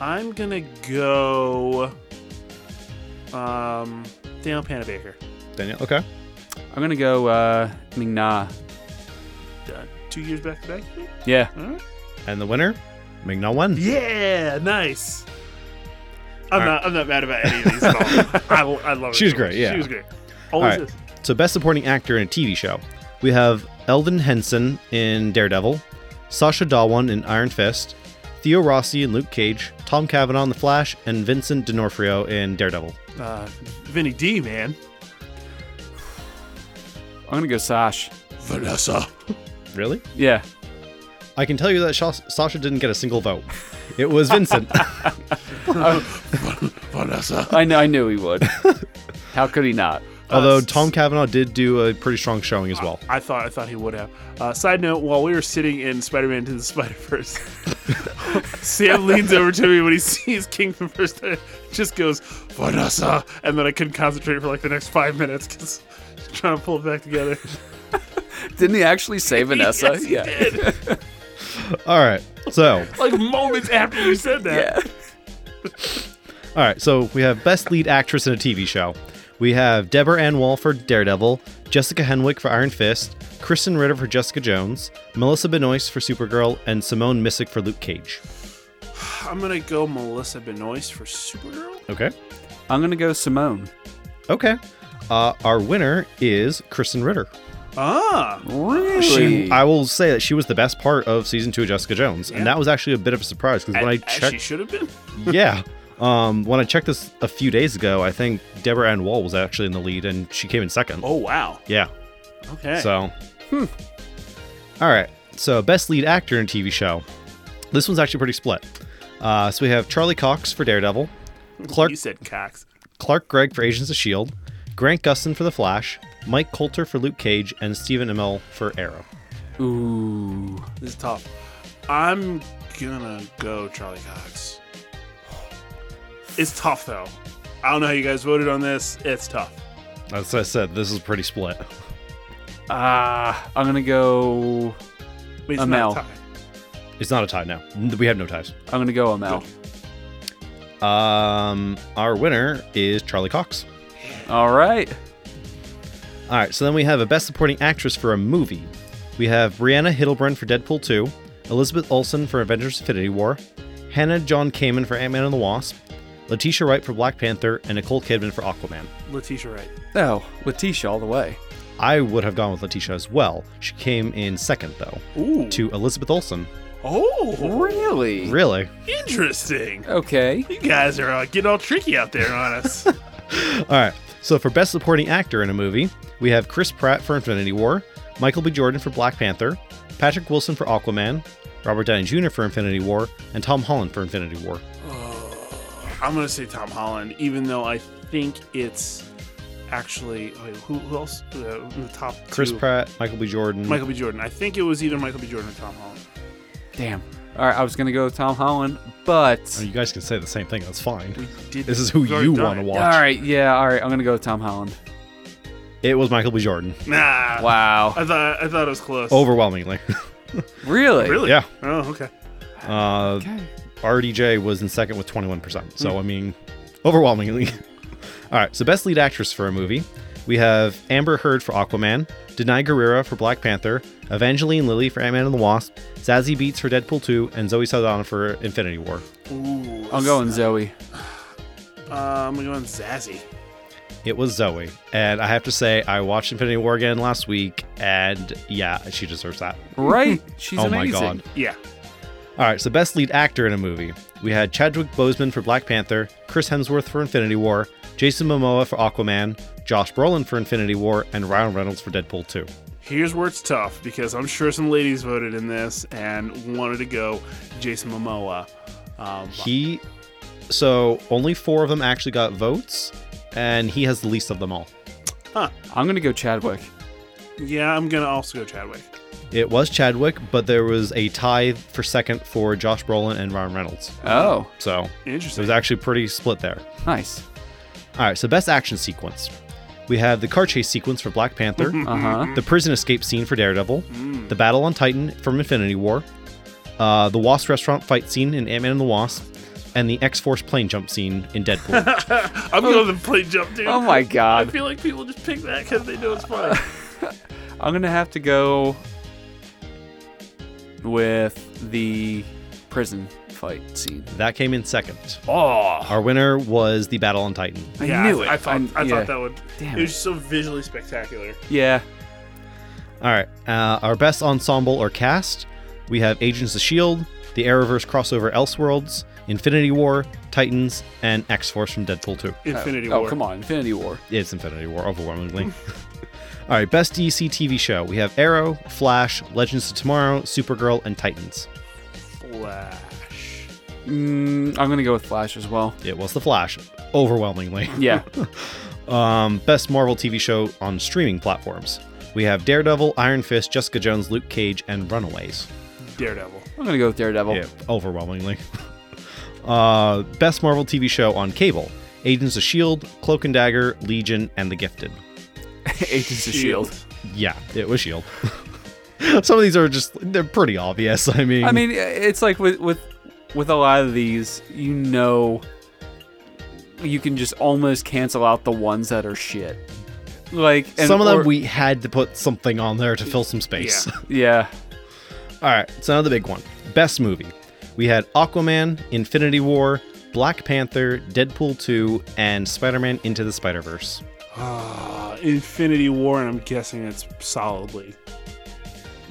[SPEAKER 1] I'm gonna go. Um, Daniel Panabaker.
[SPEAKER 3] Danielle, okay.
[SPEAKER 2] I'm gonna go. Uh, Ming Na.
[SPEAKER 1] Uh, two years back to back. you think?
[SPEAKER 2] Yeah,
[SPEAKER 1] Alright.
[SPEAKER 3] And the winner, Ming Na Wen.
[SPEAKER 1] Yeah, nice. I'm
[SPEAKER 3] Alright.
[SPEAKER 1] not. I'm not mad about any of these at all. I, lo- I love it.
[SPEAKER 3] She was
[SPEAKER 1] so
[SPEAKER 3] great,
[SPEAKER 1] much.
[SPEAKER 3] yeah.
[SPEAKER 1] she was great. Always
[SPEAKER 3] Alright.
[SPEAKER 1] is.
[SPEAKER 3] So, Best Supporting Actor in a TV Show. We have Eldon Henson in Daredevil, Sasha Dawan in Iron Fist, Theo Rossi in Luke Cage, Tom Cavanaugh in The Flash, and Vincent D'Onofrio in Daredevil.
[SPEAKER 1] Uh, Vinny D, man.
[SPEAKER 2] I'm gonna go Sash.
[SPEAKER 1] Vanessa.
[SPEAKER 3] Really?
[SPEAKER 2] Yeah,
[SPEAKER 3] I can tell you that Shas- Sasha didn't get a single vote. It was Vincent.
[SPEAKER 1] Vanessa.
[SPEAKER 2] I know. I knew he would. How could he not?
[SPEAKER 3] Although Tom Cavanaugh did do a pretty strong showing as well.
[SPEAKER 1] I thought I thought he would have. Uh, side note: While we were sitting in Spider-Man into the Spider-Verse, Sam leans over to me when he sees King for the first time, just goes Vanessa, and then I couldn't concentrate for like the next five minutes because trying to pull it back together.
[SPEAKER 2] Didn't he actually say Vanessa?
[SPEAKER 1] Yes, he
[SPEAKER 2] yeah.
[SPEAKER 1] did.
[SPEAKER 3] All right. So,
[SPEAKER 1] Like moments after you said that.
[SPEAKER 2] Yeah.
[SPEAKER 3] all right. So we have best lead actress in a TV show. We have Deborah Ann Wall for Daredevil, Jessica Henwick for Iron Fist, Kristen Ritter for Jessica Jones, Melissa Benoist for Supergirl, and Simone Missick for Luke Cage.
[SPEAKER 1] I'm gonna go Melissa Benoist for Supergirl.
[SPEAKER 3] Okay.
[SPEAKER 2] I'm gonna go Simone.
[SPEAKER 3] Okay. Uh, our winner is Kristen Ritter.
[SPEAKER 1] Ah,
[SPEAKER 2] Really?
[SPEAKER 3] She, I will say that she was the best part of season two of Jessica Jones,
[SPEAKER 1] Yeah.
[SPEAKER 3] and that was actually a bit of a surprise because when I
[SPEAKER 1] as- as
[SPEAKER 3] checked,
[SPEAKER 1] she should have been.
[SPEAKER 3] yeah. Um, when I checked this a few days ago, I think Deborah Ann Wall was actually in the lead, and she came in second.
[SPEAKER 1] Oh wow.
[SPEAKER 3] Yeah.
[SPEAKER 1] Okay.
[SPEAKER 3] So. All right. So, best lead actor in a TV show. This one's actually pretty split. Uh, so we have Charlie Cox for Daredevil, Clark
[SPEAKER 1] you said Cox.
[SPEAKER 3] Clark Gregg for Agents of Shield, E Grant Gustin for The Flash, Mike Coulter for Luke Cage, and Stephen Amell for Arrow.
[SPEAKER 2] Ooh.
[SPEAKER 1] This is tough. I'm gonna go Charlie Cox. It's tough though. I don't know how you guys voted on this. It's tough.
[SPEAKER 3] As I said, this is pretty split.
[SPEAKER 2] Ah, I'm gonna go.
[SPEAKER 1] I mean, it's not
[SPEAKER 2] Amel.
[SPEAKER 1] tough.
[SPEAKER 3] It's not a tie now. We have no ties.
[SPEAKER 2] I'm gonna go Amel.
[SPEAKER 3] Um, our winner is Charlie Cox.
[SPEAKER 2] All right.
[SPEAKER 3] All right, so then we have a Best Supporting Actress for a movie. We have Brianna Hiddlbrand for Deadpool 2, Elizabeth Olsen for Avengers Infinity War, Hannah John Kamen for Ant Man and the Wasp, Letitia Wright for Black Panther, and Nicole Kidman for Aquaman.
[SPEAKER 1] Letitia Wright.
[SPEAKER 2] Oh, Letitia all the way.
[SPEAKER 3] I would have gone with Letitia as well. She came in second, though,
[SPEAKER 1] Ooh.
[SPEAKER 3] to Elizabeth Olsen.
[SPEAKER 1] Oh,
[SPEAKER 2] Really?
[SPEAKER 3] Really?
[SPEAKER 1] interesting.
[SPEAKER 2] Okay.
[SPEAKER 1] You guys are uh, getting all tricky out there on us.
[SPEAKER 3] All right, so for Best Supporting Actor in a movie, we have Chris Pratt for Infinity War, Michael B. Jordan for Black Panther, Patrick Wilson for Aquaman, Robert Downey Jr. for Infinity War, and Tom Holland for Infinity War.
[SPEAKER 1] I'm gonna say Tom Holland, even though I think it's actually wait, who, who else? Uh, in the top
[SPEAKER 3] Chris
[SPEAKER 1] two?
[SPEAKER 3] Pratt, Michael B. Jordan.
[SPEAKER 1] Michael B. Jordan. I think it was either Michael B. Jordan or Tom Holland.
[SPEAKER 2] Damn. All right, I was gonna go with Tom Holland, but
[SPEAKER 3] Oh, you guys can say the same thing. That's fine.
[SPEAKER 1] We did.
[SPEAKER 3] This is who
[SPEAKER 1] we've already
[SPEAKER 3] you
[SPEAKER 1] done
[SPEAKER 3] want to
[SPEAKER 1] Mm-hmm. it.
[SPEAKER 3] watch.
[SPEAKER 2] all right, yeah, all right, I'm gonna go with Tom Holland.
[SPEAKER 3] It was Michael B. Jordan,
[SPEAKER 1] Nah.
[SPEAKER 2] Wow.
[SPEAKER 1] I thought I thought it was close.
[SPEAKER 3] overwhelmingly.
[SPEAKER 2] Really?
[SPEAKER 1] Really?
[SPEAKER 3] yeah.
[SPEAKER 1] Oh, okay.
[SPEAKER 3] Uh,
[SPEAKER 2] Okay.
[SPEAKER 3] RDJ was in second with 21%.
[SPEAKER 1] Mm.
[SPEAKER 3] So, I mean, overwhelmingly. All right. So, best lead actress for a movie. We have Amber Heard for Aquaman, Denai Guerrera for Black Panther, Evangeline Lilly for Ant Man and the Wasp, Zazie Beats for Deadpool 2, and Zoe Saldana for Infinity War.
[SPEAKER 1] Ooh.
[SPEAKER 2] I'm going Zoe.
[SPEAKER 1] Uh, I'm going Zazzy.
[SPEAKER 3] It was Zoe. And I have to say, I watched Infinity War again last week, and yeah, she deserves that.
[SPEAKER 2] Right? She's
[SPEAKER 3] oh
[SPEAKER 2] amazing.
[SPEAKER 3] my god.
[SPEAKER 1] Yeah.
[SPEAKER 3] All right, so best lead actor in a movie. We had Chadwick Boseman for Black Panther, Chris Hemsworth for Infinity War, Jason Momoa for Aquaman, Josh Brolin for Infinity War, and Ryan Reynolds for Deadpool 2.
[SPEAKER 1] Here's where it's tough because I'm sure some ladies voted in this and wanted to go Jason Momoa. Um,
[SPEAKER 3] He so only 4 of them actually got votes and he has the least of them all.
[SPEAKER 2] I'm gonna go Chadwick.
[SPEAKER 1] yeah, I'm gonna also go Chadwick.
[SPEAKER 3] It was Chadwick, but there was a tie for second for Josh Brolin and Ryan Reynolds.
[SPEAKER 2] Oh,
[SPEAKER 3] So it
[SPEAKER 1] Interesting.
[SPEAKER 3] was actually pretty split there.
[SPEAKER 2] nice.
[SPEAKER 3] All right, so best action sequence. We have the car chase sequence for Black Panther.
[SPEAKER 2] Uh huh.
[SPEAKER 3] the prison escape scene for Daredevil, the battle on Titan from Infinity War, uh, the Wasp restaurant fight scene in Ant Man and the Wasp, and the X Force plane jump scene in Deadpool.
[SPEAKER 1] I'm going to play jump, dude.
[SPEAKER 2] Oh my
[SPEAKER 1] I
[SPEAKER 2] god.
[SPEAKER 1] feel like people just pick that because they know it's funny.
[SPEAKER 2] I'm gonna have to go with the prison fight scene.
[SPEAKER 3] that came in second.
[SPEAKER 2] Oh,
[SPEAKER 3] Our winner was the battle on Titan.
[SPEAKER 2] I
[SPEAKER 1] yeah,
[SPEAKER 2] knew it.
[SPEAKER 1] I thought, I
[SPEAKER 2] yeah.
[SPEAKER 1] thought that would.
[SPEAKER 2] Damn
[SPEAKER 1] It was just so visually spectacular.
[SPEAKER 2] Yeah.
[SPEAKER 3] All right, uh, our best ensemble or cast we have Agents of S.H.I.E.L.D., E the Arrowverse crossover Elseworlds, Infinity War, Titans, and X Force from Deadpool 2.
[SPEAKER 1] Infinity
[SPEAKER 2] oh,
[SPEAKER 1] War.
[SPEAKER 2] come on, Infinity War.
[SPEAKER 3] It's Infinity War, overwhelmingly. All right, best DC TV show. We have Arrow, Flash, Legends of Tomorrow, Supergirl, and Titans.
[SPEAKER 1] Flash.
[SPEAKER 2] Mm, I'm gonna go with Flash as well.
[SPEAKER 3] It was The Flash, overwhelmingly.
[SPEAKER 2] Yeah.
[SPEAKER 3] Um, best Marvel TV show on streaming platforms. We have Daredevil, Iron Fist, Jessica Jones, Luke Cage, and Runaways.
[SPEAKER 1] Daredevil.
[SPEAKER 2] I'm gonna go with Daredevil.
[SPEAKER 3] Yeah, overwhelmingly. uh, best Marvel TV show on cable. Agents of S.H.I.E.L.D., E Cloak and Dagger, Legion, and The Gifted.
[SPEAKER 2] Agents of Shield.
[SPEAKER 3] Yeah, it was S.H.I.E.L.D. E Some of these are just, they're pretty obvious. I mean,
[SPEAKER 2] I mean, it's like with with with a lot of these, you know, you can just almost cancel out the ones that are shit. Like and-
[SPEAKER 3] some of them
[SPEAKER 2] or-
[SPEAKER 3] we had to put something on there to fill some space.
[SPEAKER 2] yeah.
[SPEAKER 3] All right, so another big one. Best movie. We had Aquaman, Infinity War, Black Panther, Deadpool 2, and Spider Man Into the Spider Verse.
[SPEAKER 1] Ah, Infinity War, and I'm guessing it's solidly.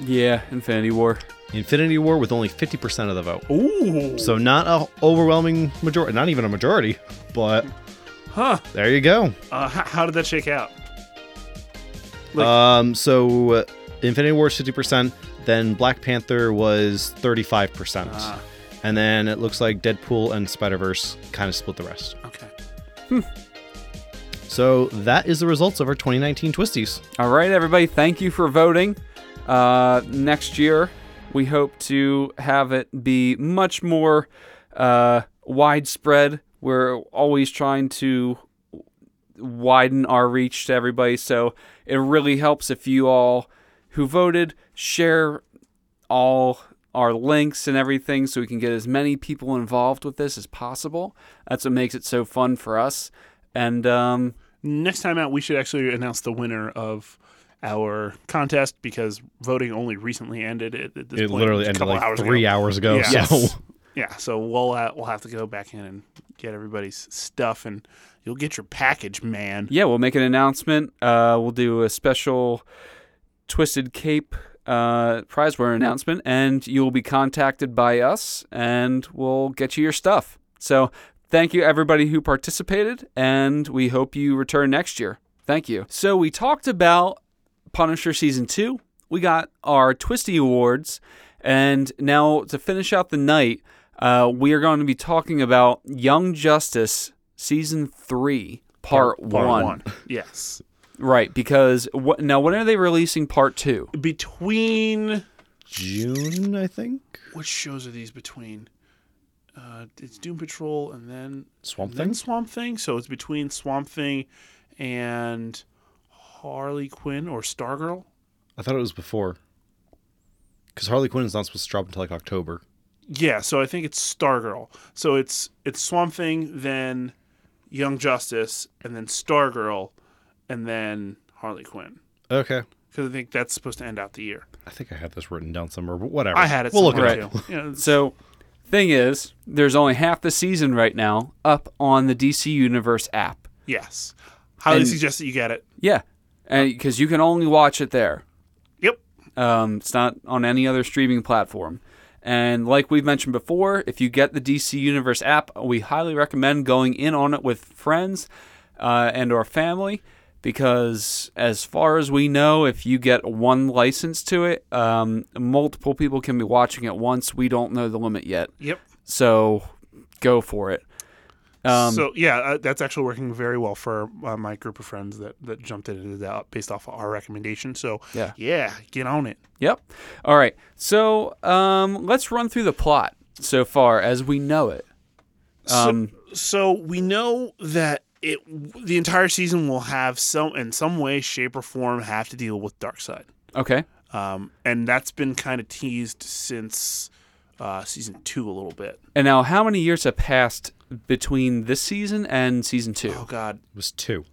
[SPEAKER 2] Yeah, Infinity War.
[SPEAKER 3] Infinity War with only 50% of the vote.
[SPEAKER 1] Ooh.
[SPEAKER 3] So not a overwhelming majority, not even a majority, but
[SPEAKER 1] huh.
[SPEAKER 3] there you go.
[SPEAKER 1] Uh, h- how did that shake out? Like-
[SPEAKER 3] um, so uh, Infinity War is 50%, then Black Panther was 35%.
[SPEAKER 1] Ah.
[SPEAKER 3] And then it looks like Deadpool and Spider Verse kind of split the rest.
[SPEAKER 1] Okay.
[SPEAKER 3] So that is the results of our 2019 Twisties.
[SPEAKER 2] All right, everybody, thank you for voting. Uh, next year, we hope to have it be much more uh, widespread We're always trying to widen our reach to everybody. So it really helps if you all who voted share all our links and everything so we can get as many people involved with this as possible. That's what makes it so fun for us. And um,
[SPEAKER 1] Next time out, we should actually announce the winner of our contest because voting only recently ended. At, at this
[SPEAKER 3] It
[SPEAKER 1] point,
[SPEAKER 3] literally
[SPEAKER 1] just a
[SPEAKER 3] ended
[SPEAKER 1] couple
[SPEAKER 3] like
[SPEAKER 1] hours
[SPEAKER 3] three
[SPEAKER 1] ago.
[SPEAKER 3] hours ago.
[SPEAKER 1] Yeah.
[SPEAKER 3] So
[SPEAKER 2] Yes.
[SPEAKER 1] Yeah, so we'll uh, we'll have to go back in and get everybody's stuff, and you'll get your package, man.
[SPEAKER 2] yeah, we'll make an announcement. Uh, we'll do a special Twisted Cape uh, prize winner announcement, and you'll be contacted by us and we'll get you your stuff. So thank you, everybody who participated, and we hope you return next year. Thank you. So we talked about Punisher Season 2. We got our Twisty Awards. And now to finish out the night, uh, we are going to be talking about Young Justice Season 3, Part,
[SPEAKER 1] Part
[SPEAKER 2] 1.
[SPEAKER 1] yes.
[SPEAKER 2] Right, because what, now when are they releasing Part 2?
[SPEAKER 1] Between
[SPEAKER 3] June, I think.
[SPEAKER 1] which shows are these between? Uh, it's Doom Patrol and then
[SPEAKER 3] Swamp
[SPEAKER 1] then
[SPEAKER 3] Thing.
[SPEAKER 1] Swamp Thing. So it's between Swamp Thing and Harley Quinn or Stargirl.
[SPEAKER 3] I thought it was before. Because Harley Quinn is not supposed to drop until like October.
[SPEAKER 1] Yeah, so I think it's Stargirl. So it's it's Swamp Thing, then Young Justice, and then Stargirl, and then Harley Quinn.
[SPEAKER 3] Okay.
[SPEAKER 1] Because I think that's supposed to end out the year.
[SPEAKER 3] I think I had this written down somewhere, but whatever.
[SPEAKER 1] I had it.
[SPEAKER 3] We'll look
[SPEAKER 1] somewhere
[SPEAKER 3] it up.
[SPEAKER 1] too. You know, it's-
[SPEAKER 2] So, thing is, there's only half the season right now up on the DC Universe app.
[SPEAKER 1] yes, highly
[SPEAKER 2] And-
[SPEAKER 1] suggest that you get it.
[SPEAKER 2] Yeah, because you can only watch it there.
[SPEAKER 1] Yep.
[SPEAKER 2] Um, it's not on any other streaming platform. And like we've mentioned before, if you get the DC Universe app, we highly recommend going in on it with friends uh, and or family because as far as we know, if you get one license to it, um, multiple people can be watching at once. We don't know the limit yet.
[SPEAKER 1] Yep.
[SPEAKER 2] So go for it. Um,
[SPEAKER 1] so yeah, uh, that's actually working very well for uh, my group of friends that that jumped into that based off of our recommendation. So
[SPEAKER 2] Yeah.
[SPEAKER 1] yeah, get on it.
[SPEAKER 2] Yep. All right. So um, let's run through the plot so far as we know it. Um,
[SPEAKER 1] so we know that it the entire season will have some in some way shape or form have to deal with darkseid
[SPEAKER 2] okay.
[SPEAKER 1] um, and that's been kind of teased since uh, season two a little bit
[SPEAKER 2] And now, how many years have passed between this season and season two?
[SPEAKER 1] oh god
[SPEAKER 3] It was two.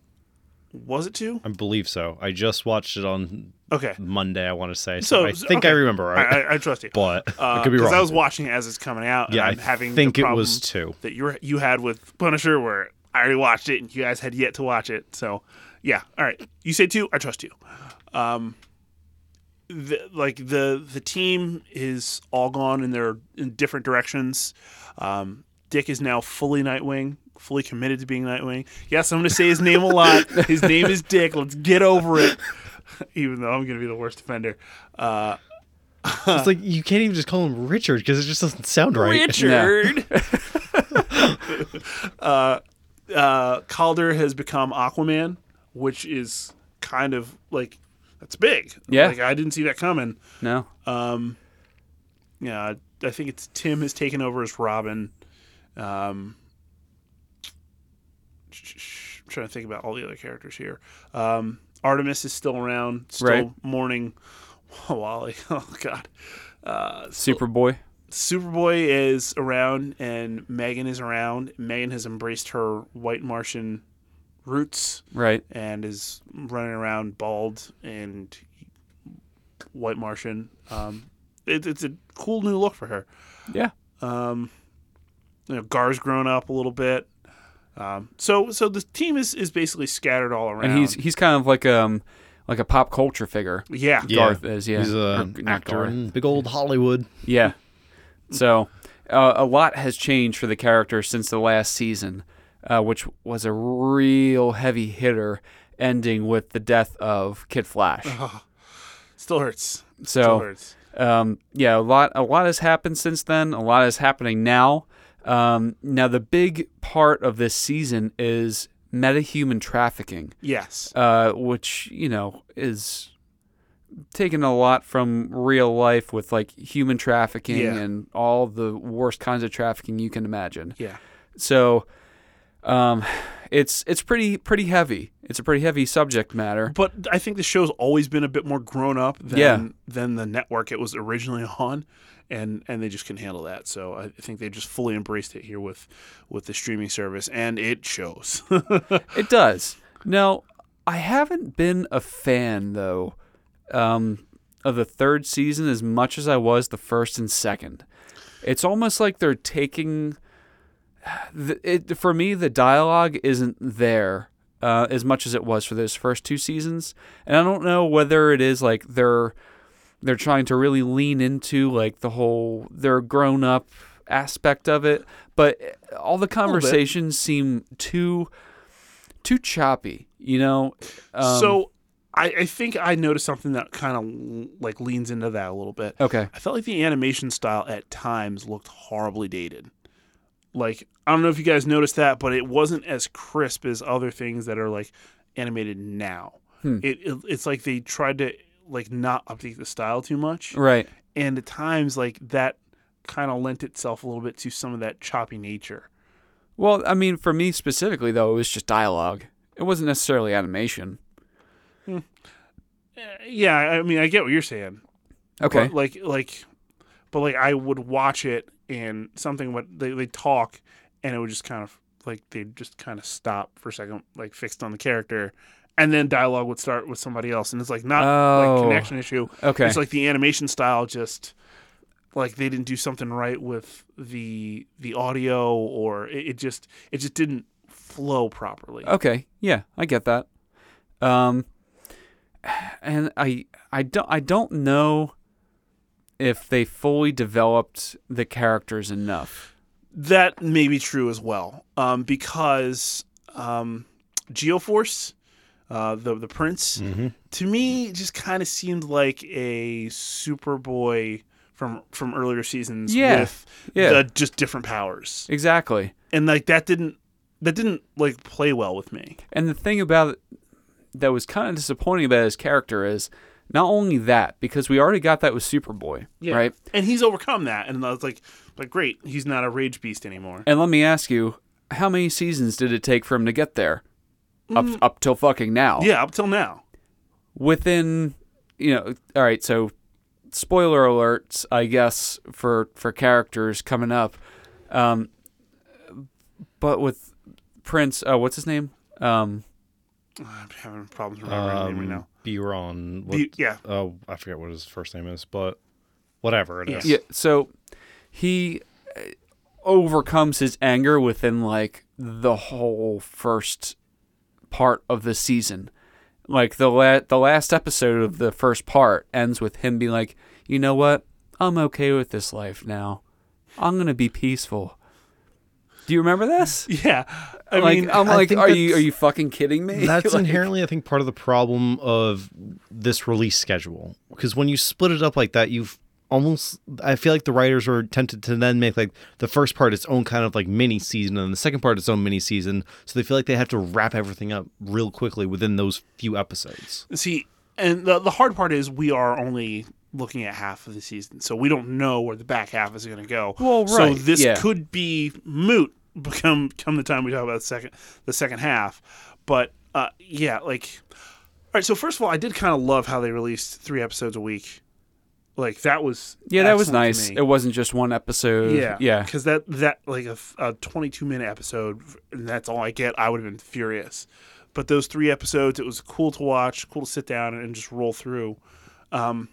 [SPEAKER 1] was it two
[SPEAKER 3] I believe so. I just watched it on
[SPEAKER 1] okay
[SPEAKER 3] Monday, I want to say. So,
[SPEAKER 1] So-
[SPEAKER 3] I think
[SPEAKER 1] okay.
[SPEAKER 3] I
[SPEAKER 1] I,
[SPEAKER 3] remember right.
[SPEAKER 1] I, I trust you
[SPEAKER 3] but I
[SPEAKER 1] Uh,
[SPEAKER 3] could be
[SPEAKER 1] 'cause
[SPEAKER 3] wrong.
[SPEAKER 1] I was watching it as it's coming out. and
[SPEAKER 3] yeah,
[SPEAKER 1] I'm
[SPEAKER 3] I
[SPEAKER 1] having
[SPEAKER 3] think
[SPEAKER 1] the
[SPEAKER 3] it was
[SPEAKER 1] problem
[SPEAKER 3] two.
[SPEAKER 1] that you you had with Punisher, where I already watched it and you guys had yet to watch it. So, yeah, all right. You say two, I trust you. Um, the, like the the team is all gone in their in different directions. Um, Dick is now fully Nightwing, fully committed to being Nightwing. Yes, I'm going to say his name a lot. His name is Dick. Let's get over it. Even though I'm going to be the worst offender. Uh,
[SPEAKER 3] It's like you can't even just call him Richard because it just doesn't sound right.
[SPEAKER 2] Richard.
[SPEAKER 1] uh, Calder has become Aquaman, which is kind of like that's big.
[SPEAKER 2] Yeah.
[SPEAKER 1] like I didn't see that coming.
[SPEAKER 2] No.
[SPEAKER 1] Um, yeah, I think it's Tim has taken over as Robin. Um, sh- sh- trying to think about all the other characters here. Um, Artemis is still around, still
[SPEAKER 2] Right.
[SPEAKER 1] mourning Wally. Oh God, uh,
[SPEAKER 2] Superboy.
[SPEAKER 1] Superboy is around and Megan is around. Megan has embraced her white Martian roots
[SPEAKER 2] Right.
[SPEAKER 1] and is running around bald and white Martian. Um, it, it's a cool new look for her.
[SPEAKER 2] Yeah.
[SPEAKER 1] Um, you know, Gar's grown up a little bit. Um, so so the team is, is basically scattered all around.
[SPEAKER 2] And he's he's kind of like um like a pop culture figure.
[SPEAKER 1] yeah.
[SPEAKER 3] Yeah.
[SPEAKER 2] Garth is yeah.
[SPEAKER 3] He's
[SPEAKER 2] Or
[SPEAKER 3] an
[SPEAKER 2] not
[SPEAKER 3] actor
[SPEAKER 2] Garth.
[SPEAKER 3] in big old Hollywood.
[SPEAKER 2] Yeah. So uh, a lot has changed for the character since the last season, uh, which was a real heavy hitter, ending with the death of Kid Flash.
[SPEAKER 1] Still hurts. Still
[SPEAKER 2] so
[SPEAKER 1] hurts.
[SPEAKER 2] um, yeah, a lot a lot has happened since then. A lot is happening now. Um, now the big part of this season is metahuman trafficking
[SPEAKER 1] Yes.
[SPEAKER 2] uh, which you know is taken a lot from real life with like human trafficking
[SPEAKER 1] Yeah.
[SPEAKER 2] and all the worst kinds of trafficking you can imagine.
[SPEAKER 1] Yeah.
[SPEAKER 2] So Um, it's it's pretty pretty heavy. It's a pretty heavy subject matter.
[SPEAKER 1] But I think the show's always been a bit more grown up than
[SPEAKER 2] Yeah.
[SPEAKER 1] than the network it was originally on, and and they just can handle that. So I think they just fully embraced it here with with the streaming service, and it shows.
[SPEAKER 2] It does. Now, I haven't been a fan though um, of the third season as much as I was the first and second. It's almost like they're taking. the- It, for me, the dialogue isn't there uh, as much as it was for those first two seasons, and I don't know whether it is like they're they're trying to really lean into like the whole they're grown up aspect of it, but all the conversations seem too too choppy, you know. Um,
[SPEAKER 1] so I, I think I noticed something that kind of like leans into that a little bit.
[SPEAKER 2] okay,
[SPEAKER 1] I felt like the animation style at times looked horribly dated. Like I don't know if you guys noticed that, but it wasn't as crisp as other things that are like animated now.
[SPEAKER 2] Hmm.
[SPEAKER 1] It, it it's like they tried to like not update the style too much,
[SPEAKER 2] right.
[SPEAKER 1] and at times like that kind of lent itself a little bit to some of that choppy nature.
[SPEAKER 2] Well, I mean, for me specifically, though, it was just dialogue. It wasn't necessarily animation.
[SPEAKER 1] Eh, Yeah, I mean I get what you're saying.
[SPEAKER 2] Okay.
[SPEAKER 1] But like like but like I would watch it and something what they they talk and it would just kind of like they just kind of stop for a second like fixed on the character and then dialogue would start with somebody else and it's like not
[SPEAKER 2] Oh.
[SPEAKER 1] like connection issue.
[SPEAKER 2] okay.
[SPEAKER 1] It's like the animation style just like they didn't do something right with the the audio or it, it just it just didn't flow properly.
[SPEAKER 2] okay. Yeah, I get that. Um, and I, I don't, I don't know if they fully developed the characters enough.
[SPEAKER 1] That may be true as well, um, because um, Geoforce, uh, the the prince, to me just kind of seemed like a Superboy from from earlier seasons
[SPEAKER 2] Yeah,
[SPEAKER 1] with
[SPEAKER 2] yeah.
[SPEAKER 1] the, just different powers,
[SPEAKER 2] Exactly.
[SPEAKER 1] and like that didn't that didn't like play well with me.
[SPEAKER 2] And the thing about that was kind of disappointing about his character is not only that because we already got that with Superboy, right?
[SPEAKER 1] and he's overcome that, and I was like, like great, he's not a rage beast anymore.
[SPEAKER 2] And let me ask you, how many seasons did it take for him to get there? Up up till fucking now.
[SPEAKER 1] Yeah, up till now.
[SPEAKER 2] Within you know, all right, so spoiler alerts, I guess for for characters coming up. Um but with Prince, uh what's his name? Um
[SPEAKER 1] I'm having problems remembering his name right
[SPEAKER 3] Um,
[SPEAKER 1] now.
[SPEAKER 3] Biron. What,
[SPEAKER 1] Bu- yeah,
[SPEAKER 3] oh, I forget what his first name is, but whatever it is.
[SPEAKER 2] yeah, so he uh, overcomes his anger within like the whole first part of the season. Like the la- the last episode of the first part ends with him being like, "You know what? I'm okay with this life now. I'm going to be peaceful." Do you remember this?
[SPEAKER 1] yeah. I
[SPEAKER 2] like
[SPEAKER 1] mean,
[SPEAKER 2] I'm
[SPEAKER 3] I
[SPEAKER 2] like,
[SPEAKER 3] think
[SPEAKER 2] "Are you are
[SPEAKER 3] that's-
[SPEAKER 2] you fucking kidding me?"
[SPEAKER 3] That's
[SPEAKER 2] Like,
[SPEAKER 3] inherently, I think, part of the problem of this release schedule. Because when you split it up like that, you've almost, I feel like the writers are tempted to then make like the first part its own kind of like mini season and the second part its own mini season. So they feel like they have to wrap everything up real quickly within those few episodes.
[SPEAKER 1] See, and the the hard part is we are only looking at half of the season, so we don't know where the back half is going to go.
[SPEAKER 2] Well,
[SPEAKER 1] So
[SPEAKER 2] right,
[SPEAKER 1] this
[SPEAKER 2] yeah.
[SPEAKER 1] could be moot become come the time we talk about the second the second half. But uh, yeah, like all right. So first of all, I did kind of love how they released three episodes a week. Like that was
[SPEAKER 2] Yeah, that was
[SPEAKER 1] excellent to
[SPEAKER 2] nice.
[SPEAKER 1] me.
[SPEAKER 2] It wasn't just one episode.
[SPEAKER 1] Yeah,
[SPEAKER 2] Yeah.
[SPEAKER 1] Because that that like a, a 22 minute episode, and that's all I get. I would have been furious. But those three episodes, it was cool to watch, cool to sit down and just roll through. Um,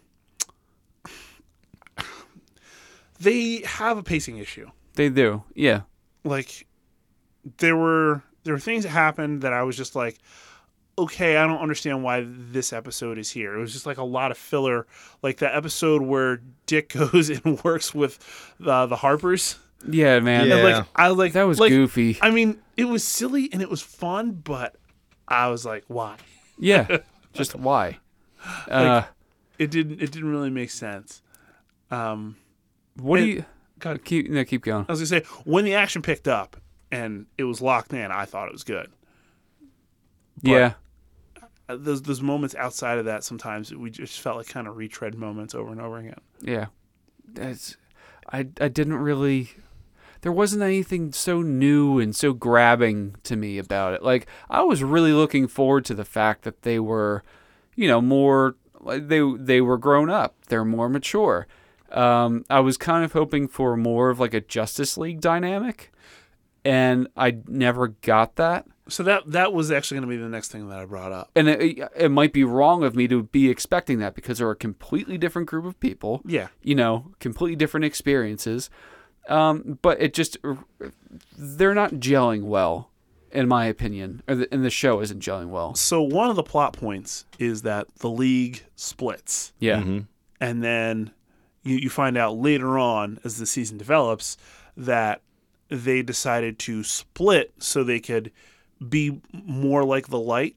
[SPEAKER 1] they have a pacing issue.
[SPEAKER 2] They do. Yeah.
[SPEAKER 1] Like there were there were things that happened that I was just like, okay, I don't understand why this episode is here. It was just like a lot of filler, like that episode where Dick goes and works with uh, the Harpers.
[SPEAKER 2] Yeah, man.
[SPEAKER 3] Yeah.
[SPEAKER 1] Like I like
[SPEAKER 2] That was
[SPEAKER 1] like,
[SPEAKER 2] goofy.
[SPEAKER 1] I mean, it was silly and it was fun, but I was like, why?
[SPEAKER 2] Yeah. Just why? Uh,
[SPEAKER 1] It didn't. It didn't really make sense. Um,
[SPEAKER 2] what do
[SPEAKER 1] and-
[SPEAKER 2] you?
[SPEAKER 1] God.
[SPEAKER 2] Keep no, keep going.
[SPEAKER 1] I was gonna say when the action picked up and it was locked in, I thought it was good.
[SPEAKER 2] yeah,
[SPEAKER 1] Uh, Those those moments outside of that, sometimes we just felt like kind of retread moments over and over again.
[SPEAKER 2] yeah. That's. I I didn't really. there wasn't anything so new and so grabbing to me about it. Like I was really looking forward to the fact that they were, you know, more like, they they were grown up. They're more mature. Um, I was kind of hoping for more of like a Justice League dynamic, and I never got that.
[SPEAKER 1] So that that was actually going to be the next thing that I brought up.
[SPEAKER 2] And it, it might be wrong of me to be expecting that because they're a completely different group of people
[SPEAKER 1] Yeah.
[SPEAKER 2] you know, completely different experiences. Um, but it just they're not gelling well, in my opinion, or the, and the show isn't gelling well.
[SPEAKER 1] So one of the plot points is that the league splits,
[SPEAKER 2] Yeah,
[SPEAKER 1] and then you, you find out later on as the season develops that they decided to split so they could be more like the light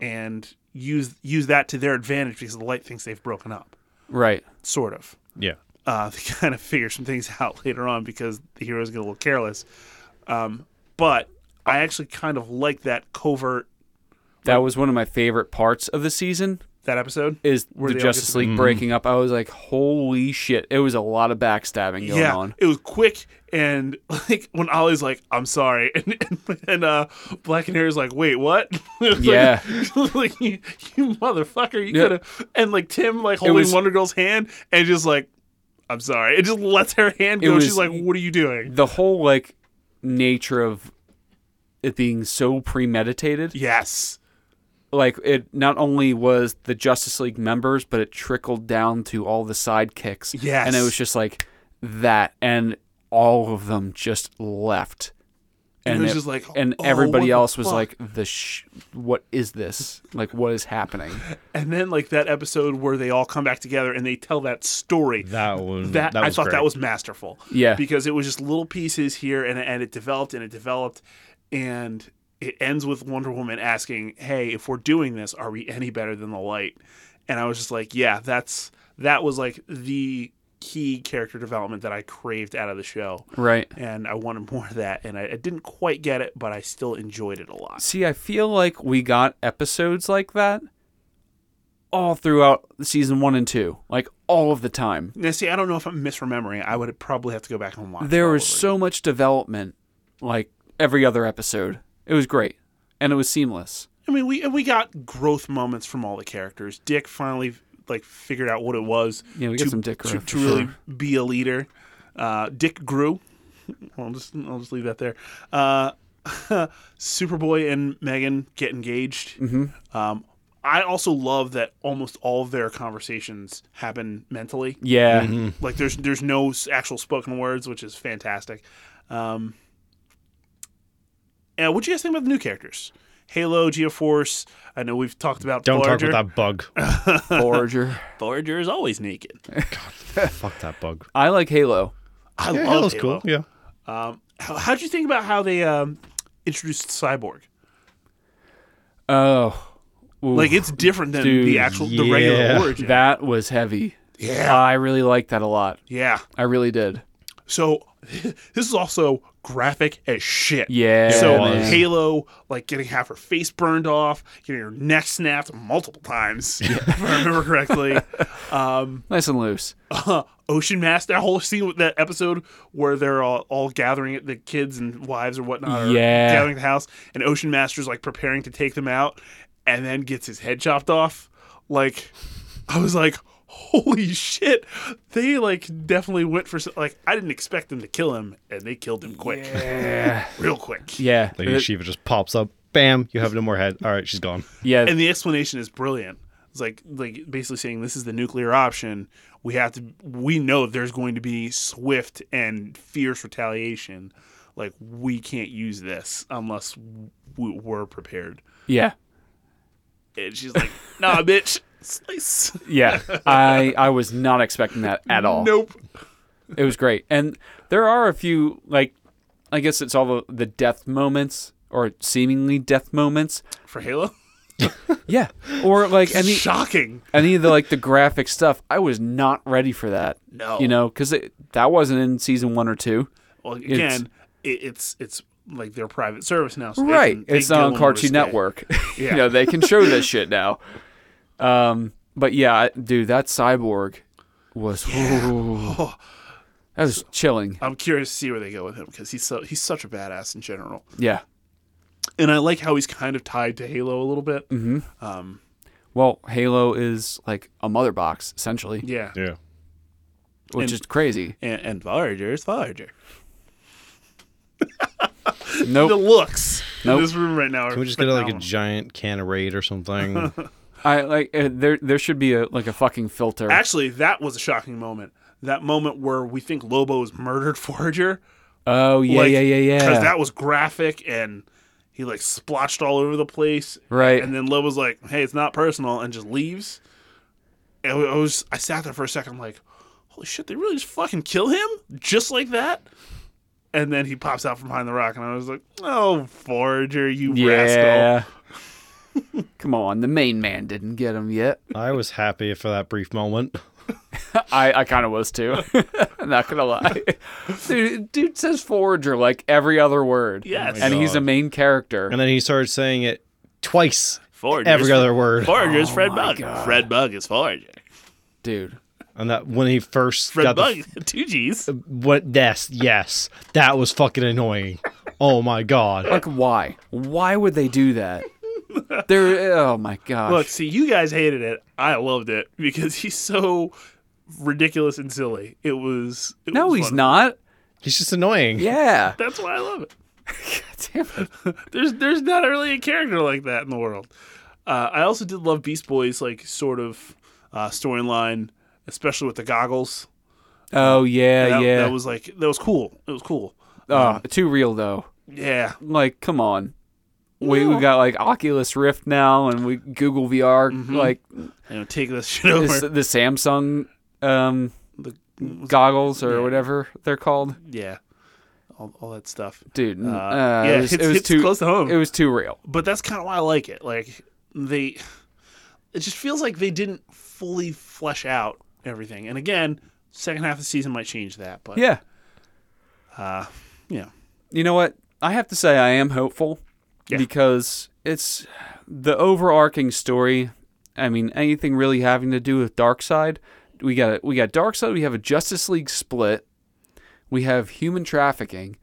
[SPEAKER 1] and use use that to their advantage because the light thinks they've broken up,
[SPEAKER 2] right.
[SPEAKER 1] sort of.
[SPEAKER 3] Yeah.
[SPEAKER 1] uh, they kind of figure some things out later on because the heroes get a little careless. Um, but I actually kind of like that covert
[SPEAKER 2] That was one of my favorite parts of the season
[SPEAKER 1] that episode.
[SPEAKER 2] is
[SPEAKER 1] Where
[SPEAKER 2] the
[SPEAKER 1] they all get
[SPEAKER 2] Justice
[SPEAKER 1] to-
[SPEAKER 2] League breaking up. I was like, holy shit! It was a lot of backstabbing going
[SPEAKER 1] yeah,
[SPEAKER 2] on.
[SPEAKER 1] it was quick and like when Ollie's like, "I'm sorry," and and, and uh, Black and Harry's like, "Wait, what?" It was
[SPEAKER 2] Yeah.
[SPEAKER 1] like, like, you, you motherfucker, you
[SPEAKER 2] Yeah.
[SPEAKER 1] could have. And like Tim like holding
[SPEAKER 2] was-
[SPEAKER 1] Wonder Girl's hand and just like, "I'm sorry," it just lets her hand
[SPEAKER 2] It
[SPEAKER 1] go.
[SPEAKER 2] was-
[SPEAKER 1] She's like, "What are you doing?"
[SPEAKER 2] The whole like nature of it being so premeditated
[SPEAKER 1] Yes,
[SPEAKER 2] like it not only was the Justice League members, but it trickled down to all the sidekicks.
[SPEAKER 1] Yes.
[SPEAKER 2] And it was just like that and all of them just left.
[SPEAKER 1] And it was just like,
[SPEAKER 2] and
[SPEAKER 1] "Oh, what
[SPEAKER 2] everybody
[SPEAKER 1] the
[SPEAKER 2] else was
[SPEAKER 1] fuck?"
[SPEAKER 2] like, "The sh- what is this? Like, what is happening?"
[SPEAKER 1] And then like that episode where they all come back together and they tell that story.
[SPEAKER 3] That one.
[SPEAKER 1] That, I
[SPEAKER 3] was
[SPEAKER 1] thought
[SPEAKER 3] great.
[SPEAKER 1] that was masterful.
[SPEAKER 2] Yeah.
[SPEAKER 1] Because it was just little pieces here and and it developed and it developed and it ends with Wonder Woman asking, "Hey, if we're doing this, are we any better than the light?" And I was just like, "Yeah, that's that was like the key character development that I craved out of the show."
[SPEAKER 2] Right.
[SPEAKER 1] And I wanted more of that, and I, I didn't quite get it, but I still enjoyed it a lot.
[SPEAKER 2] See, I feel like we got episodes like that all throughout season one and two, like all of the time.
[SPEAKER 1] Now, see, I don't know if I'm misremembering. I would probably have to go back and watch.
[SPEAKER 2] there
[SPEAKER 1] all
[SPEAKER 2] was
[SPEAKER 1] over
[SPEAKER 2] so much development like every other episode it was great and it was seamless
[SPEAKER 1] I mean, we we got growth moments from all the characters. Dick finally like figured out what it was
[SPEAKER 2] yeah we got
[SPEAKER 1] to,
[SPEAKER 2] some dick
[SPEAKER 1] to,
[SPEAKER 2] growth
[SPEAKER 1] to
[SPEAKER 2] for
[SPEAKER 1] really
[SPEAKER 2] sure.
[SPEAKER 1] be a leader. Uh, Dick grew. I'll just I'll just leave that there. Uh, Superboy and Megan get engaged.
[SPEAKER 2] Mm-hmm.
[SPEAKER 1] Um, I also love that almost all of their conversations happen mentally.
[SPEAKER 2] yeah
[SPEAKER 1] Like there's there's no s- actual spoken words, which is fantastic. Um, and what do you guys think about the new characters? Halo, Geoforce. I know we've talked about
[SPEAKER 3] Don't
[SPEAKER 1] Forager.
[SPEAKER 3] talk about that bug.
[SPEAKER 2] forager
[SPEAKER 1] Forager is always naked.
[SPEAKER 3] Fuck that bug.
[SPEAKER 2] i like halo
[SPEAKER 1] I
[SPEAKER 3] Yeah,
[SPEAKER 1] love
[SPEAKER 3] Halo's
[SPEAKER 1] Halo.
[SPEAKER 3] cool. Yeah.
[SPEAKER 1] Um, how, how'd you think about how they um, introduced Cyborg?
[SPEAKER 2] oh Ooh,
[SPEAKER 1] Like it's different than
[SPEAKER 2] Dude,
[SPEAKER 1] the actual the regular
[SPEAKER 3] yeah.
[SPEAKER 1] origin.
[SPEAKER 2] that was heavy
[SPEAKER 1] Yeah.
[SPEAKER 2] i really liked that a lot
[SPEAKER 1] yeah.
[SPEAKER 2] i really did
[SPEAKER 1] So this is also graphic as shit.
[SPEAKER 2] yeah
[SPEAKER 1] So
[SPEAKER 2] man.
[SPEAKER 1] Halo, like getting half her face burned off, getting her neck snapped multiple times, if I remember correctly. um,
[SPEAKER 2] nice and loose
[SPEAKER 1] Ocean Mask, that whole scene with that episode where they're all, all gathering at the kids and wives or whatnot, are
[SPEAKER 2] Yeah.
[SPEAKER 1] gathering at the house, and Ocean Master's like preparing to take them out, and then gets his head chopped off. Like, I was like, holy shit, they like definitely went for some- like I didn't expect them to kill him, and they killed him quick,
[SPEAKER 2] yeah
[SPEAKER 1] real quick.
[SPEAKER 2] yeah Uh,
[SPEAKER 3] Lady Shiva just pops up. Bam. You have no more head. All right, she's gone.
[SPEAKER 2] yeah
[SPEAKER 1] and the explanation is brilliant. It's like like basically saying this is the nuclear option. We have to. We know there's going to be swift and fierce retaliation. Like we can't use this unless we, we're prepared.
[SPEAKER 2] yeah
[SPEAKER 1] And she's like, "Nah, bitch." Slice.
[SPEAKER 2] yeah i i was not expecting that at all
[SPEAKER 1] Nope.
[SPEAKER 2] It was great. And there are a few like I guess it's all the, the death moments or seemingly death moments.
[SPEAKER 1] For Halo,
[SPEAKER 2] Yeah. Or like any
[SPEAKER 1] shocking.
[SPEAKER 2] any of the like the graphic stuff. I was not ready for that.
[SPEAKER 1] No.
[SPEAKER 2] You know, cuz that wasn't in season 1 or 2.
[SPEAKER 1] Well, again, it, it's it's like their private service now. So they
[SPEAKER 2] Right.
[SPEAKER 1] can- they
[SPEAKER 2] It's
[SPEAKER 1] can
[SPEAKER 2] not
[SPEAKER 1] go
[SPEAKER 2] on
[SPEAKER 1] more
[SPEAKER 2] Cartoon
[SPEAKER 1] risque.
[SPEAKER 2] Network.
[SPEAKER 1] Yeah.
[SPEAKER 2] you know, they can show this shit now. Um but yeah, I- dude, that cyborg was That was chilling.
[SPEAKER 1] I'm curious to see where they go with him because he's so he's such a badass in general,
[SPEAKER 2] Yeah.
[SPEAKER 1] and I like how he's kind of tied to Halo a little bit.
[SPEAKER 2] Mm-hmm.
[SPEAKER 1] Um,
[SPEAKER 2] Well, Halo is like a mother box essentially,
[SPEAKER 1] yeah,
[SPEAKER 3] Yeah.
[SPEAKER 2] which
[SPEAKER 1] And-
[SPEAKER 2] is crazy.
[SPEAKER 1] and, and Voyager is Voyager. The
[SPEAKER 2] Nope.
[SPEAKER 1] looks
[SPEAKER 2] Nope.
[SPEAKER 1] in this room right now. Are
[SPEAKER 3] Can we just get like a
[SPEAKER 1] phenomenal.
[SPEAKER 3] giant can of raid or something?
[SPEAKER 2] I like uh, there. There should be a like a fucking filter.
[SPEAKER 1] Actually, that was a shocking moment. That moment where we think Lobo's murdered Forager.
[SPEAKER 2] oh yeah, yeah, yeah, yeah.
[SPEAKER 1] Because that was graphic and he like splotched all over the place.
[SPEAKER 2] right.
[SPEAKER 1] And then Lobo's like, "Hey, it's not personal," and just leaves. And I was I sat there for a second, like, "Holy shit! They really just fucking kill him just like that." And then he pops out from behind the rock, and I was like, "Oh, Forager, you rascal!"
[SPEAKER 2] yeah. Come on, the main man didn't get him yet.
[SPEAKER 3] I was happy for that brief moment.
[SPEAKER 2] I, I kind of was too. I'm not gonna lie. Dude, dude says forager like every other word.
[SPEAKER 1] Yes.
[SPEAKER 2] and he's
[SPEAKER 3] God.
[SPEAKER 2] a main character.
[SPEAKER 3] And then he started saying it twice
[SPEAKER 1] Forager.
[SPEAKER 3] every other word.
[SPEAKER 1] Forager is
[SPEAKER 2] Oh
[SPEAKER 1] Fred
[SPEAKER 2] my
[SPEAKER 1] Bug.
[SPEAKER 2] God.
[SPEAKER 1] Fred Bug is Forager.
[SPEAKER 2] Dude,
[SPEAKER 3] And that when he first
[SPEAKER 1] Fred
[SPEAKER 3] got the
[SPEAKER 1] Bug, two G's.
[SPEAKER 3] What? Yes, yes. That was fucking annoying. Oh my god.
[SPEAKER 2] like why? Why would they do that? They're oh my gosh.
[SPEAKER 1] Look, see, you guys hated it. I loved it because he's so ridiculous and silly. It was. It
[SPEAKER 2] no,
[SPEAKER 1] was
[SPEAKER 2] he's
[SPEAKER 1] fun.
[SPEAKER 2] not.
[SPEAKER 3] He's just annoying.
[SPEAKER 2] Yeah.
[SPEAKER 1] That's why I love it.
[SPEAKER 2] Damn it.
[SPEAKER 1] There's there's not really a character like that in the world. Uh, I also did love Beast Boy's like sort of uh, storyline, especially with the goggles.
[SPEAKER 2] Oh yeah,
[SPEAKER 1] That,
[SPEAKER 2] yeah.
[SPEAKER 1] that was like that was cool. It was cool.
[SPEAKER 2] oh, too real though.
[SPEAKER 1] Yeah,
[SPEAKER 2] Like, come on. We, we got like Oculus Rift now, and we Google VR.
[SPEAKER 1] Mm-hmm.
[SPEAKER 2] Like
[SPEAKER 1] you know, take this shit
[SPEAKER 2] is
[SPEAKER 1] over.
[SPEAKER 2] the Samsung um,
[SPEAKER 1] The,
[SPEAKER 2] goggles or
[SPEAKER 1] Yeah.
[SPEAKER 2] whatever they're called.
[SPEAKER 1] yeah, all, all that stuff.
[SPEAKER 2] dude. n-
[SPEAKER 1] Uh,
[SPEAKER 2] uh,
[SPEAKER 1] yeah,
[SPEAKER 2] it was,
[SPEAKER 1] it's,
[SPEAKER 2] it was
[SPEAKER 1] it's
[SPEAKER 2] too
[SPEAKER 1] close to home.
[SPEAKER 2] It was too real.
[SPEAKER 1] but that's kind of why I like it. Like they, it just feels like they didn't fully flesh out everything. And again, second half of the season might change that. But
[SPEAKER 2] Yeah,
[SPEAKER 1] uh, you know,
[SPEAKER 2] you know what? I have to say I am hopeful
[SPEAKER 1] Yeah.
[SPEAKER 2] because it's the overarching story. I mean, anything really having to do with Dark Side, we got a, we got Dark Side. We have a Justice League split. We have human trafficking,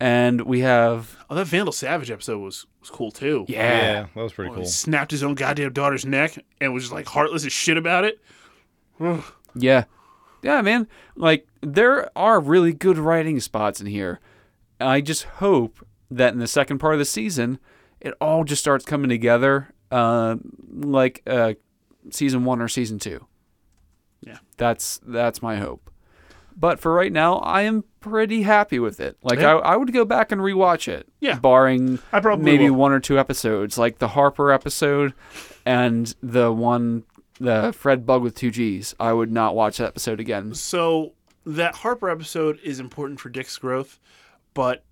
[SPEAKER 2] and we have
[SPEAKER 1] oh, that Vandal Savage episode was was cool too.
[SPEAKER 2] yeah.
[SPEAKER 3] that was pretty cool.
[SPEAKER 1] Snapped his own goddamn daughter's neck and was just like heartless as shit about it.
[SPEAKER 2] Yeah. Yeah, man. Like there are really good writing spots in here. I just hope that in the second part of the season, it all just starts coming together, uh, like uh, season one or season two.
[SPEAKER 1] Yeah.
[SPEAKER 2] that's that's my hope. But for right now, I am pretty happy with it. Like
[SPEAKER 1] Yeah.
[SPEAKER 2] I, I would go back and rewatch it.
[SPEAKER 1] Yeah.
[SPEAKER 2] barring
[SPEAKER 1] I probably
[SPEAKER 2] maybe
[SPEAKER 1] will.
[SPEAKER 2] one or two episodes, like the Harper episode and the one the Fred Bug with two G's. I would not watch that episode again.
[SPEAKER 1] So that Harper episode is important for Dick's growth, but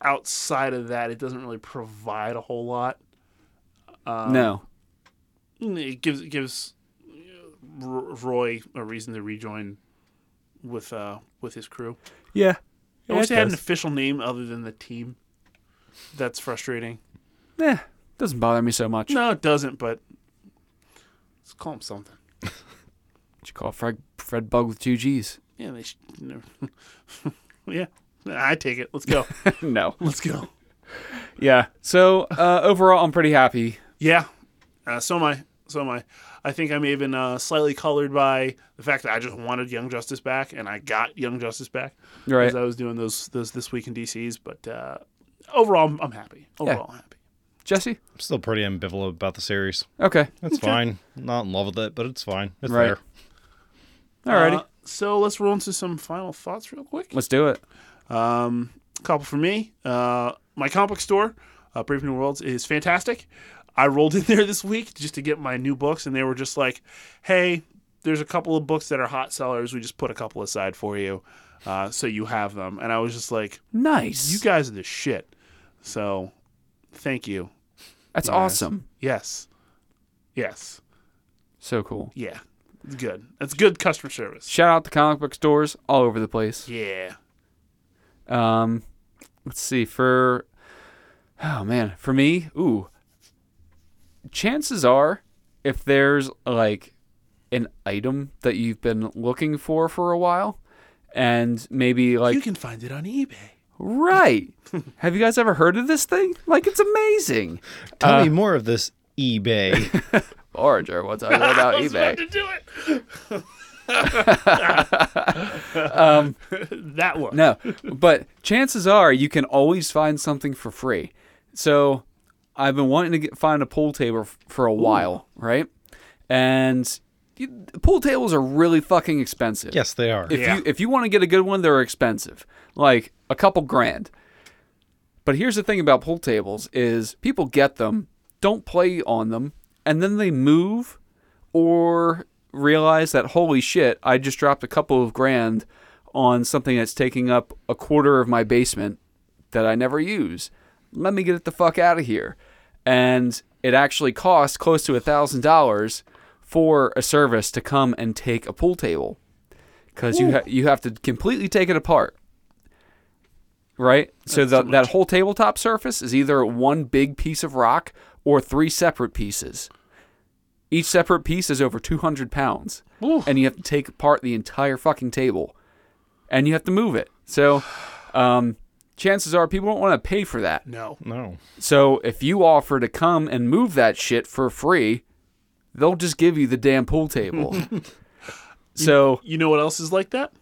[SPEAKER 1] outside of that, it doesn't really provide a whole lot. Uh,
[SPEAKER 2] no.
[SPEAKER 1] Mm, it gives it gives uh, R- Roy a reason to rejoin with uh with his crew.
[SPEAKER 2] Yeah.
[SPEAKER 1] I wish they had an official name other than the team. That's frustrating.
[SPEAKER 2] Eh, doesn't bother me so much.
[SPEAKER 1] No, it doesn't. But let's call him something.
[SPEAKER 2] What you call it? Fred Fred Bug with two G's?
[SPEAKER 1] Yeah, they should. No. yeah, I take it. Let's go.
[SPEAKER 2] no.
[SPEAKER 1] let's go.
[SPEAKER 2] Yeah. So uh, overall, I'm pretty happy.
[SPEAKER 1] Yeah. Uh, so am I. So am I. I think I may have been uh, slightly colored by the fact that I just wanted Young Justice back, and I got Young Justice back.
[SPEAKER 2] Right.
[SPEAKER 1] as I was doing those those this week in DCs. But uh, overall, I'm, I'm happy. Overall, I'm happy.
[SPEAKER 2] Jesse.
[SPEAKER 3] I'm still pretty ambivalent about the series.
[SPEAKER 2] Okay.
[SPEAKER 3] It's fine. Not in love with it, but it's fine. It's
[SPEAKER 2] Right.
[SPEAKER 3] there.
[SPEAKER 2] Alrighty.
[SPEAKER 1] Uh, so let's roll into some final thoughts real quick.
[SPEAKER 2] Let's do it.
[SPEAKER 1] Um, couple for me. Uh, my comic book store, uh, Brave New Worlds, is fantastic. I rolled in there this week just to get my new books, and they were just like, "Hey, there's a couple of books that are hot sellers. We just put a couple aside for you, uh, so you have them." And I was just like,
[SPEAKER 2] Nice.
[SPEAKER 1] "You guys are the shit." So, thank you.
[SPEAKER 2] That's awesome.
[SPEAKER 1] Yes, yes.
[SPEAKER 2] So cool.
[SPEAKER 1] Yeah, it's good. That's good customer service.
[SPEAKER 2] Shout out to comic book stores all over the place.
[SPEAKER 1] Yeah.
[SPEAKER 2] Um, let's see. For oh man, for me, ooh, chances are, if there's like an item that you've been looking for for a while, and maybe like
[SPEAKER 1] you can find it on eBay.
[SPEAKER 2] right. Have you guys ever heard of this thing? Like it's amazing.
[SPEAKER 3] Tell
[SPEAKER 2] Uh,
[SPEAKER 3] me more of this eBay.
[SPEAKER 2] Oranger, what's up about eBay?
[SPEAKER 1] to do it. um, that one.
[SPEAKER 2] No, but chances are you can always find something for free. So I've been wanting to get, find a pool table f- for a while, right? And you, pool tables are really fucking expensive.
[SPEAKER 3] yes, they are.
[SPEAKER 2] If
[SPEAKER 1] Yeah.
[SPEAKER 2] you if you want to get a good one, they're expensive, like a couple grand. But here's the thing about pool tables is people get them, don't play on them, and then they move or realize that holy shit, I just dropped a couple of grand on something that's taking up a quarter of my basement that I never use. Let me get it the fuck out of here. And it actually costs close to a thousand dollars for a service to come and take a pool table because you ha- you have to completely take it apart, right? so the, that whole tabletop surface is either one big piece of rock or three separate pieces. Each separate piece is over 200 pounds, and you have to take apart the entire fucking table, and you have to move it. So, um, chances are people don't want to pay for that.
[SPEAKER 1] No.
[SPEAKER 3] No.
[SPEAKER 2] So if you offer to come and move that shit for free, they'll just give you the damn pool table. so
[SPEAKER 1] You know what else is like that?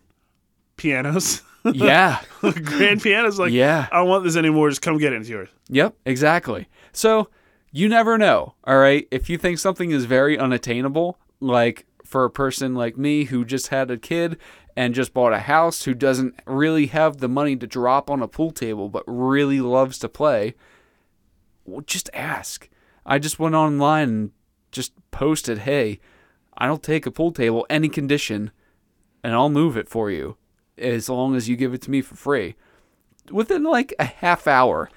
[SPEAKER 1] Pianos.
[SPEAKER 2] yeah.
[SPEAKER 1] Grand pianos. Like,
[SPEAKER 2] Yeah.
[SPEAKER 1] I don't want this anymore. Just come get it. It's yours.
[SPEAKER 2] Yep, exactly. So you never know, all right? If you think something is very unattainable, like for a person like me who just had a kid and just bought a house who doesn't really have the money to drop on a pool table but really loves to play, well, just ask. I just went online and just posted, "Hey, I don't take a pool table any condition and I'll move it for you as long as you give it to me for free." Within like a half hour,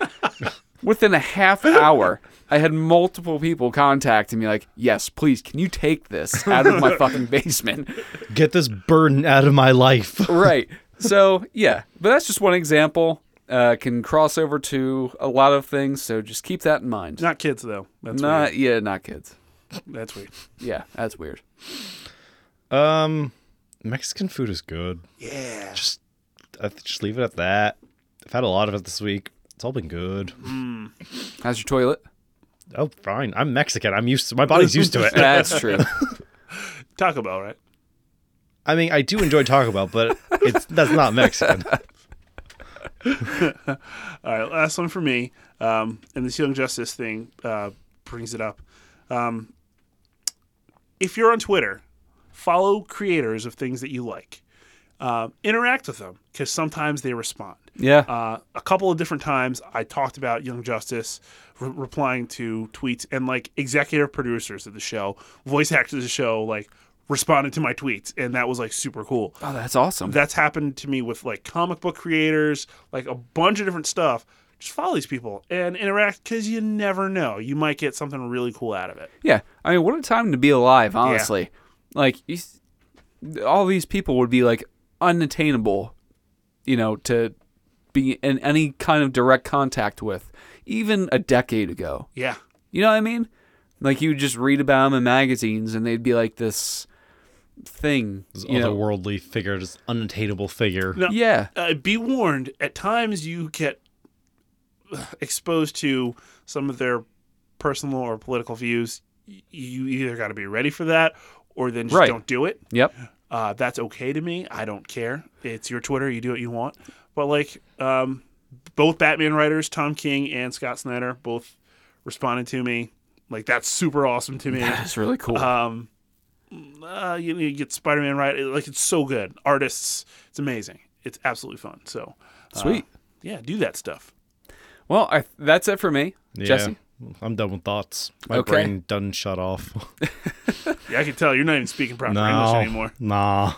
[SPEAKER 2] within a half hour, I had multiple people contacting me like, "Yes, please, can you take this out of my fucking basement?"
[SPEAKER 3] Get this burden out of my life.
[SPEAKER 2] right. So yeah, but that's just one example. Uh, can cross over to a lot of things, so just keep that in mind.
[SPEAKER 1] Not kids, though. That's
[SPEAKER 2] Not yeah, not kids.
[SPEAKER 1] weird. That's weird.
[SPEAKER 2] Yeah, that's weird.
[SPEAKER 3] Um, Mexican food is good.
[SPEAKER 1] Yeah.
[SPEAKER 3] Just, I th- just leave it at that. I've had a lot of it this week. It's all been good.
[SPEAKER 2] How's your toilet?
[SPEAKER 3] Oh, fine. I'm Mexican. I'm used to. My body's used to it.
[SPEAKER 2] That's true.
[SPEAKER 1] Taco Bell, right?
[SPEAKER 3] I mean, I do enjoy Taco Bell, but it's that's not Mexican.
[SPEAKER 1] All right, last one for me. Um, and this Young Justice thing uh, brings it up. Um, if you're on Twitter, follow creators of things that you like. Uh, interact with them because sometimes they respond.
[SPEAKER 2] Yeah.
[SPEAKER 1] Uh, a couple of different times, I talked about Young Justice re- replying to tweets and like executive producers of the show, voice actors of the show, like responded to my tweets, and that was like super cool
[SPEAKER 2] Oh, that's awesome.
[SPEAKER 1] that's happened to me with like comic book creators, like a bunch of different stuff. Just follow these people and interact because you never know. You might get something really cool out of it.
[SPEAKER 2] Yeah, I mean, what a time to be alive, honestly. Like, you, s- all these people would be like unattainable, you know, to be in any kind of direct contact with, even a decade ago.
[SPEAKER 1] Yeah.
[SPEAKER 2] You know what I mean? Like, you just read about them in magazines, and they'd be like this thing,
[SPEAKER 3] This
[SPEAKER 2] you know?
[SPEAKER 3] otherworldly figure, this unattainable figure.
[SPEAKER 1] No.
[SPEAKER 2] Yeah,
[SPEAKER 1] Uh, be warned, at times you get exposed to some of their personal or political views. Y- You either got to be ready for that or then just
[SPEAKER 2] Right.
[SPEAKER 1] don't do it.
[SPEAKER 2] yep.
[SPEAKER 1] Uh, that's okay to me. I don't care. It's your Twitter. You do what you want. But like, um, both Batman writers, Tom King and Scott Snyder, both responded to me. Like that's super awesome to me.
[SPEAKER 2] That's really cool.
[SPEAKER 1] Um, uh, you, you get Spider Man right. It- like it's so good. Artists, it's amazing. It's absolutely fun. So uh,
[SPEAKER 2] Sweet.
[SPEAKER 1] yeah, do that stuff.
[SPEAKER 2] well, I, that's it for me,
[SPEAKER 3] Yeah.
[SPEAKER 2] Jesse.
[SPEAKER 3] I'm done with thoughts. My
[SPEAKER 2] Okay.
[SPEAKER 3] brain done shut off.
[SPEAKER 1] Yeah, I can tell you're not even speaking proper English
[SPEAKER 3] no,
[SPEAKER 1] anymore.
[SPEAKER 3] nah.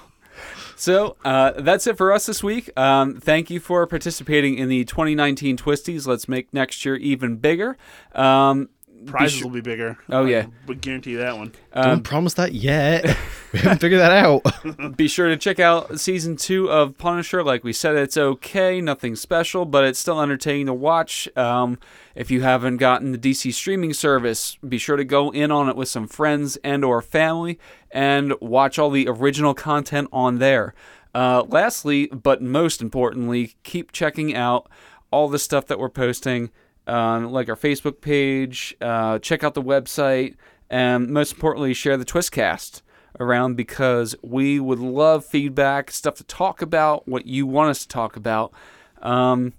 [SPEAKER 2] So uh, that's it for us this week. Um, thank you for participating in the 2019 Twisties. Let's make next year even bigger. Um,
[SPEAKER 1] Prizes will be bigger.
[SPEAKER 2] Oh,
[SPEAKER 1] I
[SPEAKER 2] yeah.
[SPEAKER 1] would guarantee that one.
[SPEAKER 3] Don't promise that yet. we haven't figured that out.
[SPEAKER 2] be sure to check out season two of Punisher. Like we said, it's okay, nothing special, but it's still entertaining to watch. Um, if you haven't gotten the DC streaming service, be sure to go in on it with some friends and/or family and watch all the original content on there. Uh, lastly, but most importantly, keep checking out all the stuff that we're posting, um, like our Facebook page. Uh, check out the website, and most importantly, share the Twistcast around because we would love feedback, stuff to talk about, what you want us to talk about. Um,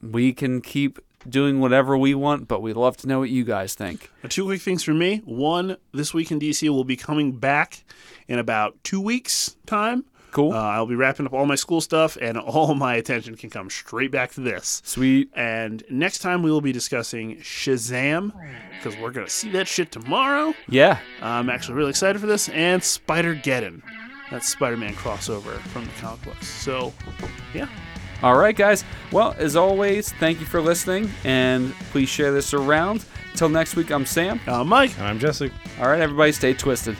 [SPEAKER 2] we can keep doing whatever we want, but we'd love to know what you guys think.
[SPEAKER 1] Two quick things for me. One, this week in DC will be coming back in about two weeks' time.
[SPEAKER 2] Cool.
[SPEAKER 1] Uh, I'll be wrapping up all my school stuff, and all my attention can come straight back to this.
[SPEAKER 2] Sweet.
[SPEAKER 1] And next time we will be discussing Shazam because we're gonna see that shit tomorrow.
[SPEAKER 2] Yeah.
[SPEAKER 1] I'm actually really excited for this, and Spider Geddon. That's Spider-Man crossover from the comic books. So, yeah.
[SPEAKER 2] All right, guys. Well, as always, thank you for listening, and please share this around. Till next week, I'm Sam.
[SPEAKER 1] Uh, Mike,
[SPEAKER 3] And I'm Jessica.
[SPEAKER 2] All right, everybody, stay twisted.